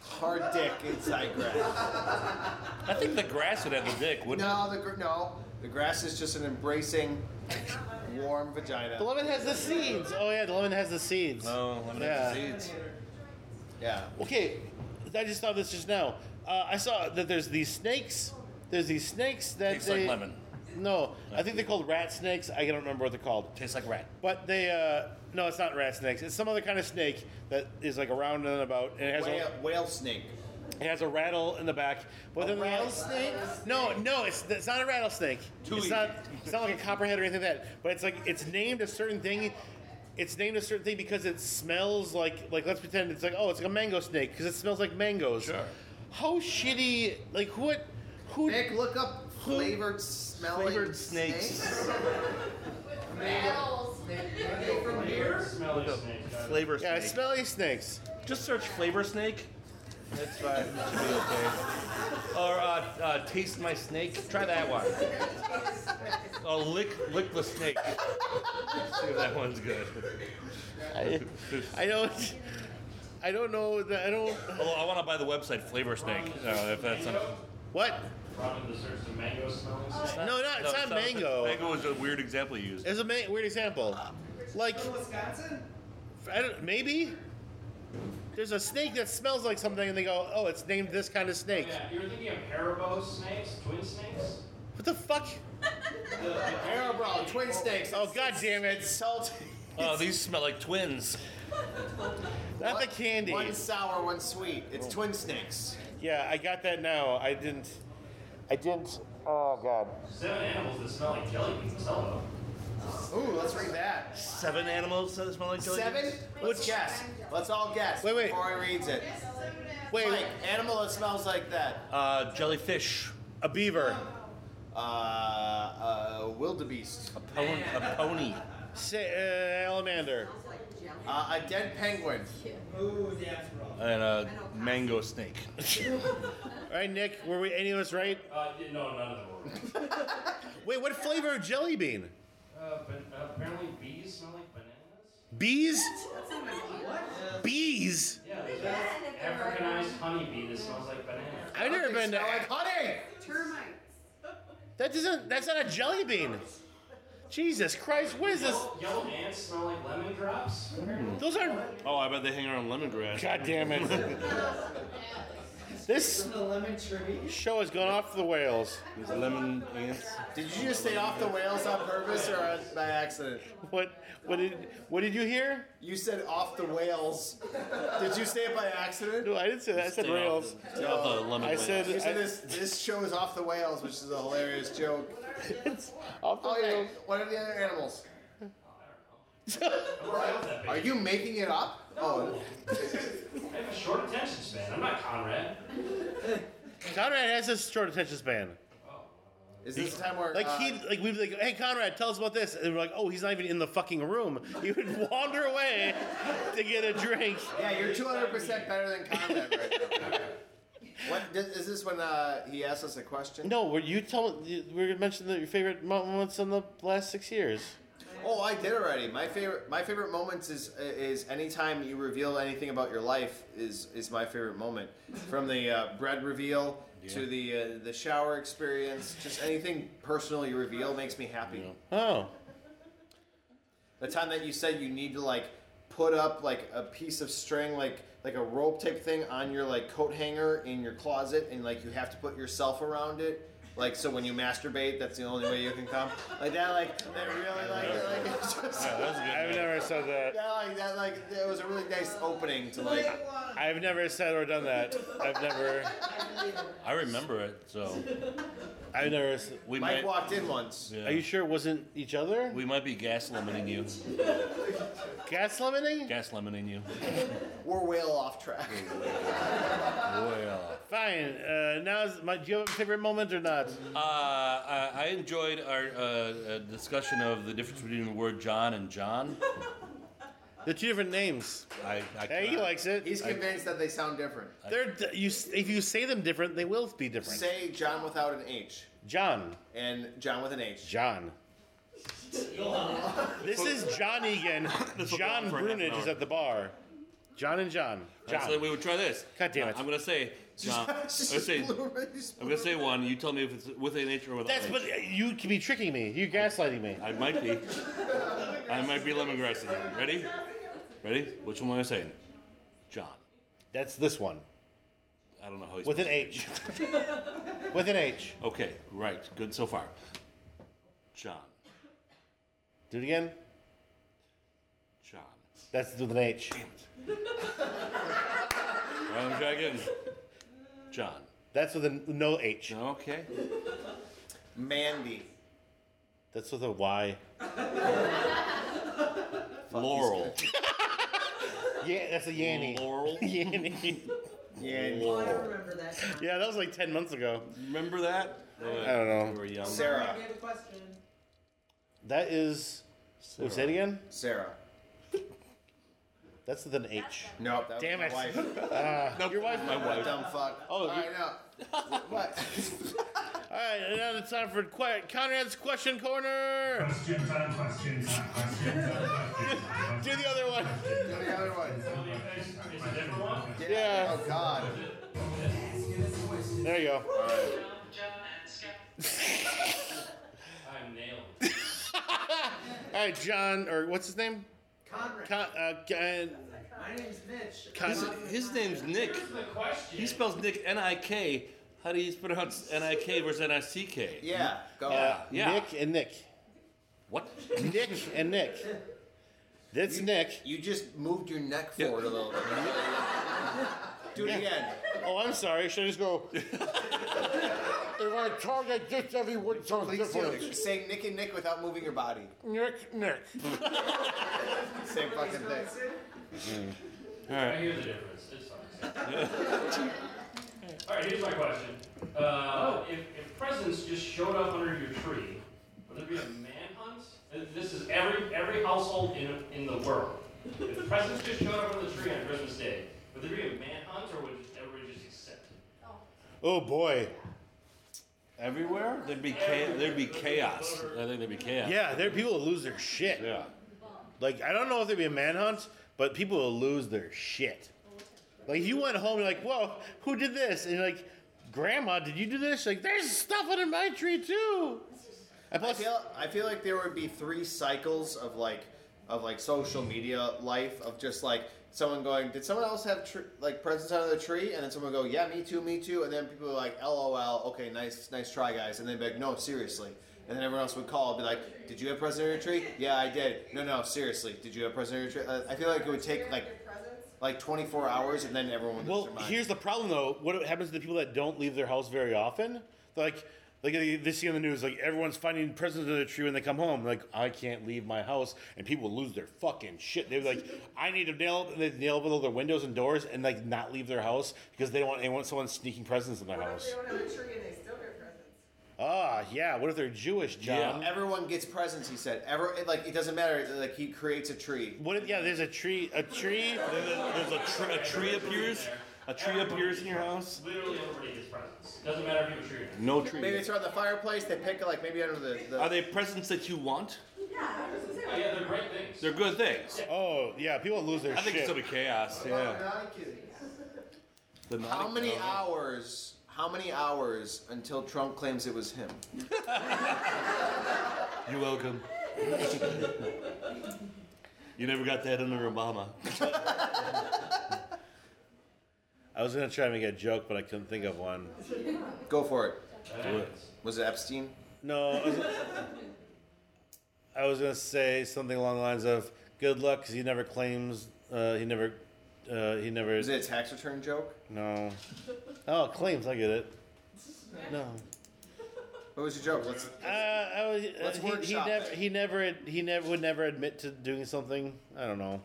Speaker 2: hard dick inside grass.
Speaker 3: I think the grass would have the dick, wouldn't
Speaker 2: No, the gr- no, the grass is just an embracing, warm vagina.
Speaker 1: The lemon has the seeds. Oh yeah, the lemon has the seeds.
Speaker 3: it? No, lemon
Speaker 1: Yeah.
Speaker 3: has Oh, the seeds.
Speaker 2: Yeah.
Speaker 1: Okay, I just thought this just now. Uh, I saw that there's these snakes. There's these snakes that
Speaker 3: Tastes
Speaker 1: they.
Speaker 3: like lemon.
Speaker 1: No, I think they're called rat snakes. I don't remember what they're called.
Speaker 3: Tastes like rat.
Speaker 1: But they, uh, no, it's not rat snakes. It's some other kind of snake that is like around and about, and it has,
Speaker 2: Whale,
Speaker 1: a,
Speaker 2: whale snake.
Speaker 1: it has a rattle in the back. But then the-
Speaker 2: rattlesnake?
Speaker 1: No, no, it's it's not a rattlesnake. It's not it's not like a copperhead or anything like that. But it's like it's named a certain thing. It's named a certain thing because it smells like like let's pretend it's like oh it's like a mango snake because it smells like mangoes.
Speaker 3: Sure.
Speaker 1: How shitty! Like what? Who?
Speaker 2: Nick, look up flavored smelling
Speaker 3: Flavored snakes.
Speaker 5: Weird smelly snake. guys.
Speaker 3: Flavor
Speaker 1: Yeah, smelly snakes.
Speaker 3: Just search flavor snake. That's fine. Should be okay. Or uh, uh, taste my snake. Try that one. Oh, lick lick the snake. See if that one's good.
Speaker 1: I, I don't. I don't know. That, I don't.
Speaker 3: Although Oh, I want to buy the website Flavor Snake.
Speaker 1: Um,
Speaker 3: Uh, if that's not,
Speaker 1: What?
Speaker 5: Robin deserves a mango smelling snake.
Speaker 1: No, no, it's not mango.
Speaker 3: Mango was a weird example you used.
Speaker 1: It's a ma- weird example. Like,
Speaker 7: Wisconsin.
Speaker 1: I don't, maybe there's a snake that smells like something, and they go, "Oh, it's named this kind of snake."
Speaker 5: Yeah, you were thinking of Haribo snakes, twin snakes?
Speaker 1: What the fuck?
Speaker 2: Arrowbrow, twin snakes.
Speaker 1: Oh god damn it!
Speaker 2: Salty.
Speaker 3: Oh, these smell like twins.
Speaker 1: Not the candy.
Speaker 2: One sour, one sweet. It's twin snakes.
Speaker 1: Yeah, I got that now. I didn't. I didn't. Oh god.
Speaker 5: Seven animals that smell like jelly beans, hello.
Speaker 2: Ooh, let's read that.
Speaker 3: Seven animals that smell like jelly
Speaker 2: Seven? Let's guess. Let's all guess
Speaker 1: Wait, wait.
Speaker 2: before he reads it.
Speaker 1: Wait,
Speaker 2: Like, animal that smells like that.
Speaker 3: Uh, jellyfish.
Speaker 1: a beaver.
Speaker 2: Uh, uh, wildebeest.
Speaker 3: A pony. A pony.
Speaker 1: Say, uh, alamander.
Speaker 2: Uh, a dead penguin.
Speaker 7: Ooh, that's wrong.
Speaker 3: And a mango snake.
Speaker 1: All right, Nick, were we any of us right?
Speaker 5: Uh, yeah, no, none of them were. right.
Speaker 1: Wait, what flavor of jelly bean?
Speaker 5: Uh, but uh, apparently bees smell like bananas.
Speaker 1: Bees?
Speaker 7: What?
Speaker 1: Bees?
Speaker 5: Yeah, there's an Africanized honeybee that smells like bananas.
Speaker 1: I've never been to.
Speaker 2: like honey.
Speaker 4: Termites.
Speaker 1: That doesn't. That's not a jelly bean. Jesus Christ! What is this?
Speaker 5: Yellow, yellow ants smell like lemon drops.
Speaker 1: Those are.
Speaker 3: Oh, I bet they hang around lemongrass.
Speaker 1: God damn it! This
Speaker 7: From the lemon tree?
Speaker 1: show has gone off the rails.
Speaker 3: These lemon ants.
Speaker 2: Did you just say off the whales on purpose or on- by accident?
Speaker 1: What? What did? What did you hear?
Speaker 2: You said off the whales. Did you say it by accident?
Speaker 1: No, I didn't say that. I said rails.
Speaker 3: Stay off the lemon
Speaker 1: I
Speaker 3: whales.
Speaker 1: said-
Speaker 2: You said this this show is off the whales, which is a hilarious joke.
Speaker 1: Off the
Speaker 2: Oh yeah.
Speaker 1: rails.
Speaker 2: What are the other animals?
Speaker 5: I'm alright with that, baby.
Speaker 2: Are you making it up? Oh,
Speaker 5: I have a short attention span. I'm not Conrad.
Speaker 1: Conrad has a short attention span.
Speaker 2: is this the time where
Speaker 1: Like
Speaker 2: uh,
Speaker 1: he, like we'd be like, "Hey Conrad, tell us about this," and we're like, "Oh, he's not even in the fucking room." He would wander away to get a drink.
Speaker 2: Yeah, you're 200 percent better than Conrad right now. What is is this when uh, he asked us a question?
Speaker 1: No, were you tell? you- We were mentioning that your favorite moments in the last six years.
Speaker 2: Oh, I did already. My favorite, my favorite moments is is anytime you reveal anything about your life is is my favorite moment. From the uh, bread reveal to the uh, the shower experience, just anything personal you reveal makes me happy.
Speaker 1: Oh,
Speaker 2: The time that you said you need to like put up like a piece of string, like like a rope type thing on your like coat hanger in your closet, and like you have to put yourself around it. Like so, when you masturbate, that's the only way you can come. Like that, like that really, like, like it's just.
Speaker 1: I've never said that.
Speaker 2: Yeah, like that, like that was a really nice opening to like.
Speaker 1: I've never said or done that. I've never.
Speaker 3: I remember it, so
Speaker 1: I've never. s-
Speaker 3: we
Speaker 2: Mike
Speaker 3: might.
Speaker 2: walked in once.
Speaker 3: yeah.
Speaker 1: Are you sure it wasn't each other?
Speaker 3: we might be gas lemoning you.
Speaker 1: Gas lemoning?
Speaker 3: Gas lemoning you.
Speaker 2: We're well off track.
Speaker 3: Well.
Speaker 1: Fine. Uh, now, is my, do you have a favorite moment or not?
Speaker 3: Uh, I, I enjoyed our uh, uh, discussion of the difference between the word John and John.
Speaker 1: The two different names.
Speaker 3: I, I
Speaker 1: Hey, he likes it.
Speaker 2: He's convinced that they sound different.
Speaker 1: They're d- you. s- If you say them different, they will be different.
Speaker 2: Say John without an H
Speaker 1: John.
Speaker 2: and John with an H.
Speaker 1: John. This is John Egan.
Speaker 3: will go on
Speaker 1: John
Speaker 3: for half an
Speaker 1: Brunage is
Speaker 3: hour.
Speaker 1: at the bar. John and John. John.
Speaker 3: So we would try this.
Speaker 1: God damn it.
Speaker 3: I'm gonna say John. I'm gonna say. I'm gonna say one. You tell me if it's with an H or without.
Speaker 1: That's
Speaker 3: an
Speaker 1: but
Speaker 3: H.
Speaker 1: you could be tricking me. You gaslighting me.
Speaker 3: I might be. I might be lemongrassing. Ready? Ready? Which one am I saying? John.
Speaker 1: That's this one
Speaker 3: I don't know how he's.
Speaker 1: with an
Speaker 3: supposed
Speaker 1: H. with an H.
Speaker 3: to- Okay. Right. Good so far. John.
Speaker 1: Do it again.
Speaker 3: John.
Speaker 1: That's with an H.
Speaker 3: All right, let me try again. John.
Speaker 1: That's with a no H.
Speaker 3: Okay.
Speaker 2: Mandy.
Speaker 1: That's with a Y.
Speaker 3: Laurel.
Speaker 1: Yeah, that's a Yanny.
Speaker 3: Laurel.
Speaker 1: Yanny.
Speaker 2: Yeah.
Speaker 4: I
Speaker 3: Laurel.
Speaker 4: remember that.
Speaker 1: Yeah, that was like 10 months ago.
Speaker 3: Remember that?
Speaker 1: I don't know.
Speaker 3: We were young.
Speaker 2: Um, Sarah.
Speaker 4: I have a question.
Speaker 1: That is. Wait, say it again?
Speaker 2: Sarah.
Speaker 1: That's with an H.
Speaker 2: Nope. That
Speaker 1: Damn
Speaker 2: was
Speaker 1: it.
Speaker 2: my wife.
Speaker 3: No, your wife. My wife.
Speaker 2: Dumb fuck.
Speaker 1: Oh,
Speaker 2: All right, no. What?
Speaker 1: All right, now it's time for Qu- Conrad's Question Corner.
Speaker 11: Questions on questions on questions on questions. on
Speaker 1: Do the other one.
Speaker 2: Do the other one.
Speaker 5: It's a different one.
Speaker 2: Get
Speaker 1: Yeah.
Speaker 2: out. Oh God.
Speaker 1: There you go.
Speaker 5: I'm nailed.
Speaker 1: All right, John, or what's his name?
Speaker 7: Conrad.
Speaker 1: Con- uh, Con-
Speaker 7: My name's Mitch.
Speaker 3: His,
Speaker 1: Con-
Speaker 3: his name's Nick.
Speaker 5: Here's the question.
Speaker 3: He spells Nick N I K. How do you pronounce N I K versus N I C K?
Speaker 2: Yeah. Go.
Speaker 1: uh,
Speaker 3: Yeah.
Speaker 1: Nick and Nick.
Speaker 3: What?
Speaker 1: Nick and Nick. That's Nick.
Speaker 2: You just moved your neck forward a little bit. Do it again.
Speaker 1: Oh, I'm sorry. Should I just go? if I talk like this, everyone sounds
Speaker 2: Please do it. Say Nick and Nick without moving your body.
Speaker 1: Nick, Nick.
Speaker 2: Same fucking thing.
Speaker 5: I hear the difference. It sucks. All right, here's my question. Uh, if, if presents just showed up under your tree, would there be a manhunt? Uh, This is every every household in, in the world. If presents just showed up under the tree on Christmas Day, would there be a manhunt or would everybody just accept it?
Speaker 1: Oh boy. Everywhere?
Speaker 8: There'd be cha- there'd be chaos. I think there'd be chaos.
Speaker 1: Yeah, there are people who lose their shit.
Speaker 8: Yeah.
Speaker 1: Like I don't know if there'd be a manhunt, but people will lose their shit. Like you went home, you're like, "Whoa, who did this?" And you're like, "Grandma, did you do this?" Like, there's stuff under my tree too. And
Speaker 2: I
Speaker 1: plus,
Speaker 2: feel I feel like there would be three cycles of like of like social media life of just like someone going, did someone else have tr- like presents under the tree? And then someone go, yeah, me too, me too. And then people are like, lol, okay, nice, nice try, guys. And they'd be like, no, seriously. And then everyone else would call and be like, did you have presents under your tree? Yeah, I did. No, no, seriously, did you have presents under your tree? Uh, I feel like it would take like like 24 hours, and then everyone would lose
Speaker 1: well,
Speaker 2: their mind.
Speaker 1: here's the problem though. What happens to the people that don't leave their house very often? Like, like they they see on the news, like everyone's finding presents under the tree when they come home. Like, I can't leave my house, and people lose their fucking shit. They're like, I need to nail they nail below their windows and doors, and like not leave their house because they don't want anyone someone sneaking presents in their
Speaker 4: What if
Speaker 1: house.
Speaker 4: they don't have a tree and they still get presents?
Speaker 1: Ah, yeah. What if they're Jewish, John?
Speaker 2: Everyone gets presents, he said. Ever it, like it doesn't matter. Like he creates a tree.
Speaker 1: What if, yeah, there's a tree, a tree.
Speaker 8: There's a, tr- a tree appears. A tree appears in your house.
Speaker 5: Literally everybody gets presents. Doesn't matter if you have a tree or not.
Speaker 8: No
Speaker 2: Maybe
Speaker 8: tree.
Speaker 2: it's around the fireplace. They pick like maybe under the. the
Speaker 8: Are they presents that you want?
Speaker 5: Oh, yeah, they're great things.
Speaker 8: They're good things.
Speaker 1: Oh, yeah, people lose their
Speaker 8: I think
Speaker 1: shit.
Speaker 8: it's gonna be chaos. Yeah. The
Speaker 2: how
Speaker 8: Nautic-
Speaker 2: many
Speaker 8: uh,
Speaker 2: hours? How many hours until Trump claims it was him?
Speaker 8: You're welcome. you never got that under Obama.
Speaker 1: I was gonna try and make a joke, but I couldn't think of one.
Speaker 2: Go for it.
Speaker 5: That happens.
Speaker 2: Was it Epstein?
Speaker 1: No, I was, I was gonna say something along the lines of "Good luck," because he never claims. Uh, he never. Uh, he never.
Speaker 2: Was it a tax return joke?
Speaker 1: No. Oh, claims. I get it. No.
Speaker 2: What was your joke? Let's,
Speaker 1: Uh, I was, uh,
Speaker 2: Let's
Speaker 1: he, he
Speaker 2: workshop
Speaker 1: never.
Speaker 2: it.
Speaker 1: He never. He never would never admit to doing something. I don't know.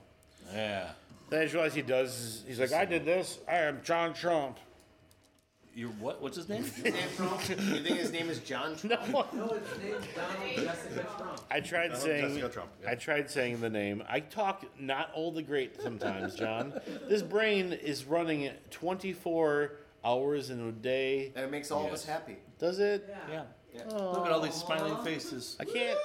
Speaker 8: Yeah.
Speaker 1: Then I just realized he does. He's like, I did this. I am John Trump.
Speaker 8: You're what? What's his name?
Speaker 2: you think his name is John Trump?
Speaker 1: No.
Speaker 7: No, it's named Donald Jessica Trump.
Speaker 1: I tried saying
Speaker 12: Jessica Trump, yeah.
Speaker 1: I tried saying the name. I talk not all the great sometimes, John. this brain is running 24 hours in a day.
Speaker 2: And it makes all of
Speaker 8: Yes.
Speaker 2: us happy.
Speaker 1: Does it?
Speaker 8: Yeah.
Speaker 1: Oh.
Speaker 8: Look at all these smiling faces.
Speaker 1: I can't.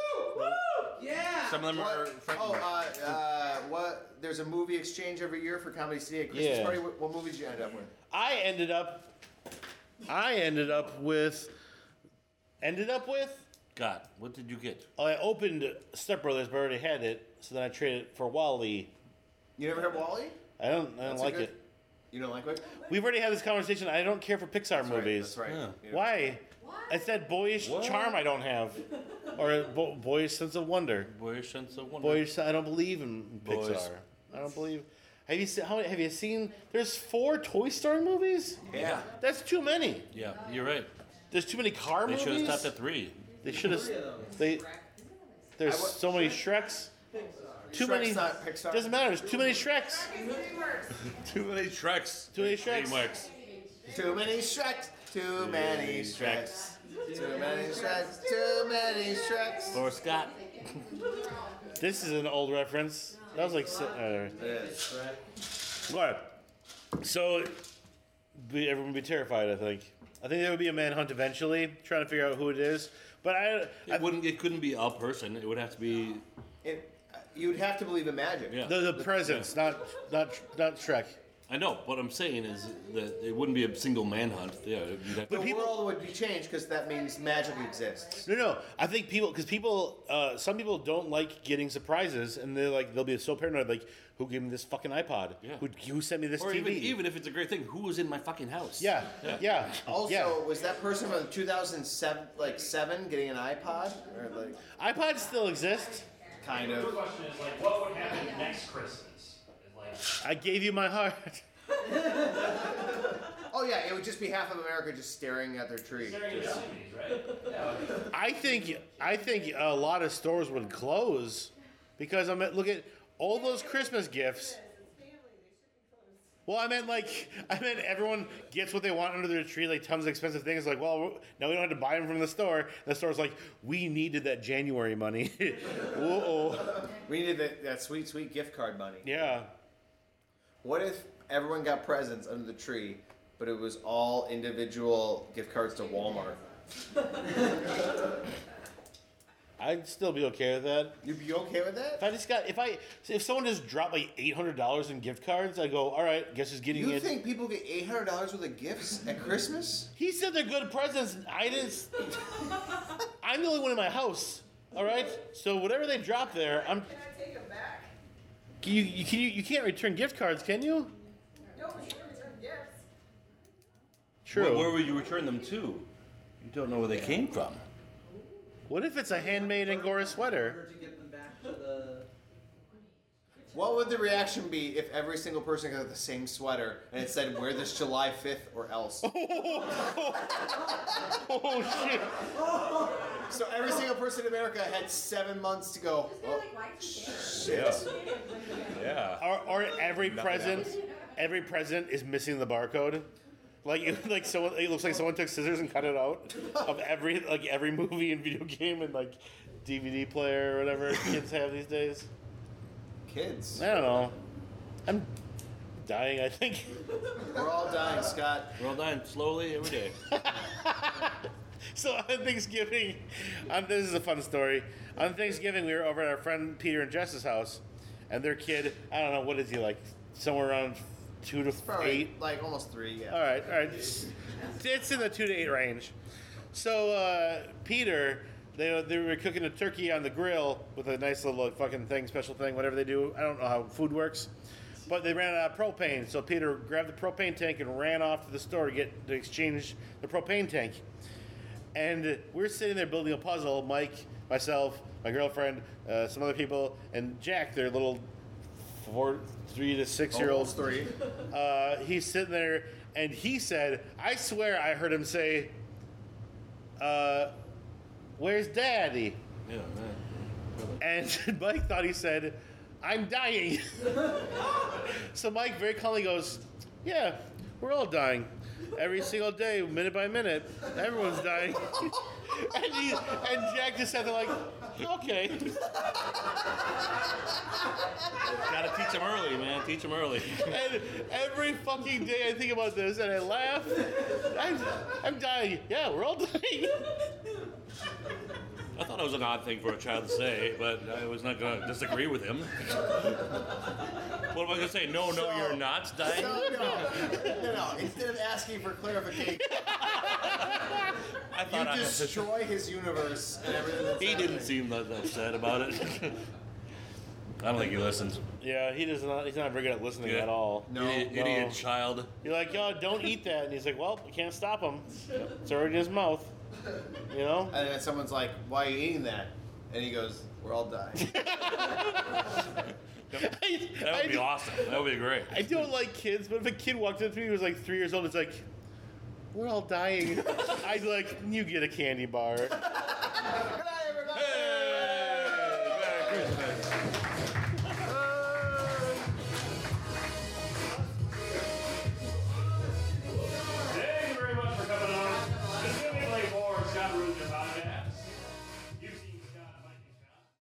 Speaker 7: Yeah.
Speaker 8: Some of them are.
Speaker 2: What? Oh, uh, uh, what? There's a movie exchange every year for Comedy City at Christmas
Speaker 1: Yeah.
Speaker 2: party. What, what movies did you end up with?
Speaker 1: I ended up I ended up with ended up with
Speaker 8: God, what did you get?
Speaker 1: I opened Step Brothers, but I already had it. So then I traded it for Wally.
Speaker 2: You never heard Wally?
Speaker 1: I don't I don't
Speaker 2: That's a
Speaker 1: like
Speaker 2: good-
Speaker 1: it.
Speaker 2: You don't like it?
Speaker 1: We've already had this conversation. I don't care for Pixar
Speaker 2: That's right,
Speaker 1: movies.
Speaker 2: That's right.
Speaker 8: Yeah.
Speaker 2: You know-
Speaker 1: Why? It's that boyish
Speaker 8: What?
Speaker 1: charm I don't have, or a bo- boyish sense of wonder.
Speaker 8: Boyish sense of wonder.
Speaker 1: Boyish. I don't believe in Pixar.
Speaker 8: Boyish.
Speaker 1: I don't believe. Have you seen? How many, have you seen? There's four Toy Story movies.
Speaker 2: Yeah.
Speaker 1: That's too many.
Speaker 8: Yeah, you're right.
Speaker 1: There's too many car
Speaker 8: They should have
Speaker 1: movies.
Speaker 8: stopped at three.
Speaker 1: They should have.
Speaker 7: Three of them.
Speaker 1: They. There's
Speaker 2: I wa-
Speaker 1: so many Shreks. Too
Speaker 2: Shrek's
Speaker 1: many.
Speaker 2: not Pixar.
Speaker 1: Doesn't matter. There's too many Shreks.
Speaker 8: Too many Shreks.
Speaker 1: Too many Shreks.
Speaker 8: Shreks.
Speaker 2: Too many Shreks. Too many Shreks. Too many Shreks. Too many Shreks.
Speaker 8: Laura Scott.
Speaker 1: This is an old reference. That was like. si- Uh,
Speaker 2: Yes.
Speaker 7: Right.
Speaker 1: Right. So, be, everyone would be terrified. I think. I think there would be a manhunt eventually, trying to figure out who it is. But I, I
Speaker 8: It wouldn't. It couldn't be a person. It would have to be.
Speaker 2: It, uh, you'd have to believe in magic.
Speaker 8: Yeah.
Speaker 1: the, the presence, not not not Shrek.
Speaker 8: I know. What I'm saying is that it wouldn't be a single manhunt. Yeah. it'd be that-
Speaker 2: The
Speaker 1: people-
Speaker 2: world would be changed because that means magic exists.
Speaker 1: No, no. I think people, because people, uh, some people don't like getting surprises, and they're like, they'll be so paranoid, like, who gave me this fucking iPod?
Speaker 8: Yeah.
Speaker 1: Who, who sent me this
Speaker 8: or
Speaker 1: TV?
Speaker 8: even even if it's a great thing, who was in my fucking house?
Speaker 1: yeah, yeah. yeah.
Speaker 2: Also, was that person from 2007, like seven, getting an iPod or like
Speaker 1: iPods still exist.
Speaker 2: kind
Speaker 5: The real
Speaker 2: of?
Speaker 5: question is like, what would happen next Christmas? It's Like,
Speaker 1: I gave you my heart.
Speaker 2: Oh yeah, it would just be half of America just staring at their tree.
Speaker 5: staring at the chimneys, right? Yeah, like,
Speaker 1: I think I think a lot of stores would close because I meant look at all those Christmas gifts. Well, I meant like I meant everyone gets what they want under their tree, like tons of expensive things. Like, well, now we don't have to buy them from the store. And the store's like, we needed that January money. Whoa,
Speaker 2: We needed that, that sweet, sweet gift card money.
Speaker 1: yeah.
Speaker 2: What if everyone got presents under the tree, but it was all individual gift cards to Walmart.
Speaker 1: I'd still be okay with that.
Speaker 2: You'd be okay with
Speaker 1: If
Speaker 2: that?
Speaker 1: I just got if I if someone just dropped like eight hundred dollars in gift cards, I go, all right, guess who's getting
Speaker 2: You
Speaker 1: it.
Speaker 2: think people get eight hundred dollars worth of gifts at Christmas?
Speaker 1: he said they're good presents. I didn't. I'm the only one in my house. All right, so whatever they drop there, I'm.
Speaker 4: Can I take them back?
Speaker 1: Can you, you can you, you can't return gift cards, can you?
Speaker 4: No, we can return gifts.
Speaker 1: True.
Speaker 3: Where, where will you return them to? You don't know where they came from.
Speaker 1: what if it's a handmade Angora sweater?
Speaker 7: Or to get them back to the.
Speaker 2: What would the reaction be if every single person got the same sweater and it said "Wear this July 5th or else"?
Speaker 1: Oh shit!
Speaker 2: so every single person in America had seven months to go. "Oh,
Speaker 3: Yeah.
Speaker 2: shit.
Speaker 3: Yeah.
Speaker 1: Or, or every present, every present is missing the barcode. Like it, like someone, it looks like someone took scissors and cut it out of every like every movie and video game and like DVD player or whatever kids have these days.
Speaker 2: Kids,
Speaker 1: I don't know. I'm dying. I think.
Speaker 2: we're all dying, Scott.
Speaker 8: We're all dying slowly every day.
Speaker 1: So on Thanksgiving, on, this is a fun story. On Thanksgiving, we were over at our friend Peter and Jess's house, and their kid. I don't know what is he like. Somewhere around two to
Speaker 2: Probably
Speaker 1: eight.
Speaker 2: like almost three. Yeah.
Speaker 1: All right, all right. It's, it's in the two to eight range. So uh, Peter, they, they were cooking a turkey on the grill with a nice little fucking thing, special thing, whatever they do. I don't know how food works, but they ran out of propane. So Peter grabbed the propane tank and ran off to the store to get to exchange the propane tank. And we're sitting there building a puzzle. Mike, myself, my girlfriend, uh, some other people, and Jack, their little four, three to six year old
Speaker 2: Almost three.
Speaker 1: uh, he's sitting there and he said, I swear I heard him say, uh, Where's daddy?
Speaker 8: Yeah, man.
Speaker 1: And Mike thought he said, I'm dying. so Mike very calmly goes, Yeah, we're all dying. Every single day, minute by minute, everyone's dying. and, he, and Jack just sat there like, Okay.
Speaker 8: Gotta teach them early, man. Teach them early.
Speaker 1: And every fucking day I think about this and I laugh. I'm, I'm dying. Yeah, we're all dying.
Speaker 8: I thought it was an odd thing for a child to say, but I was not gonna disagree with him. what am I gonna say? No, no, you're not dying.
Speaker 2: No, no, no, no. Instead of asking for clarification,
Speaker 8: I
Speaker 2: you
Speaker 8: thought I
Speaker 2: destroy his universe and everything. That's
Speaker 8: He didn't seem that upset about it. I don't think he listens.
Speaker 1: Yeah, he does not. He's not very good at listening
Speaker 8: Yeah.
Speaker 1: at all.
Speaker 2: No,
Speaker 8: idiot,
Speaker 1: no.
Speaker 8: idiot child.
Speaker 1: You're like, yo, don't eat that, and he's like, well, you can't stop him. It's already in his mouth. You know.
Speaker 2: And then someone's like, "Why are you eating that?" And he goes, "We're all dying."
Speaker 1: I,
Speaker 8: That would
Speaker 1: I-
Speaker 8: be awesome. That would be great.
Speaker 1: I don't like kids, but if a kid walked up to me who was like three years old, it's like, we're all dying. I'd be like, you get a candy bar.
Speaker 2: Good night, everybody.
Speaker 8: Hey, Merry Christmas.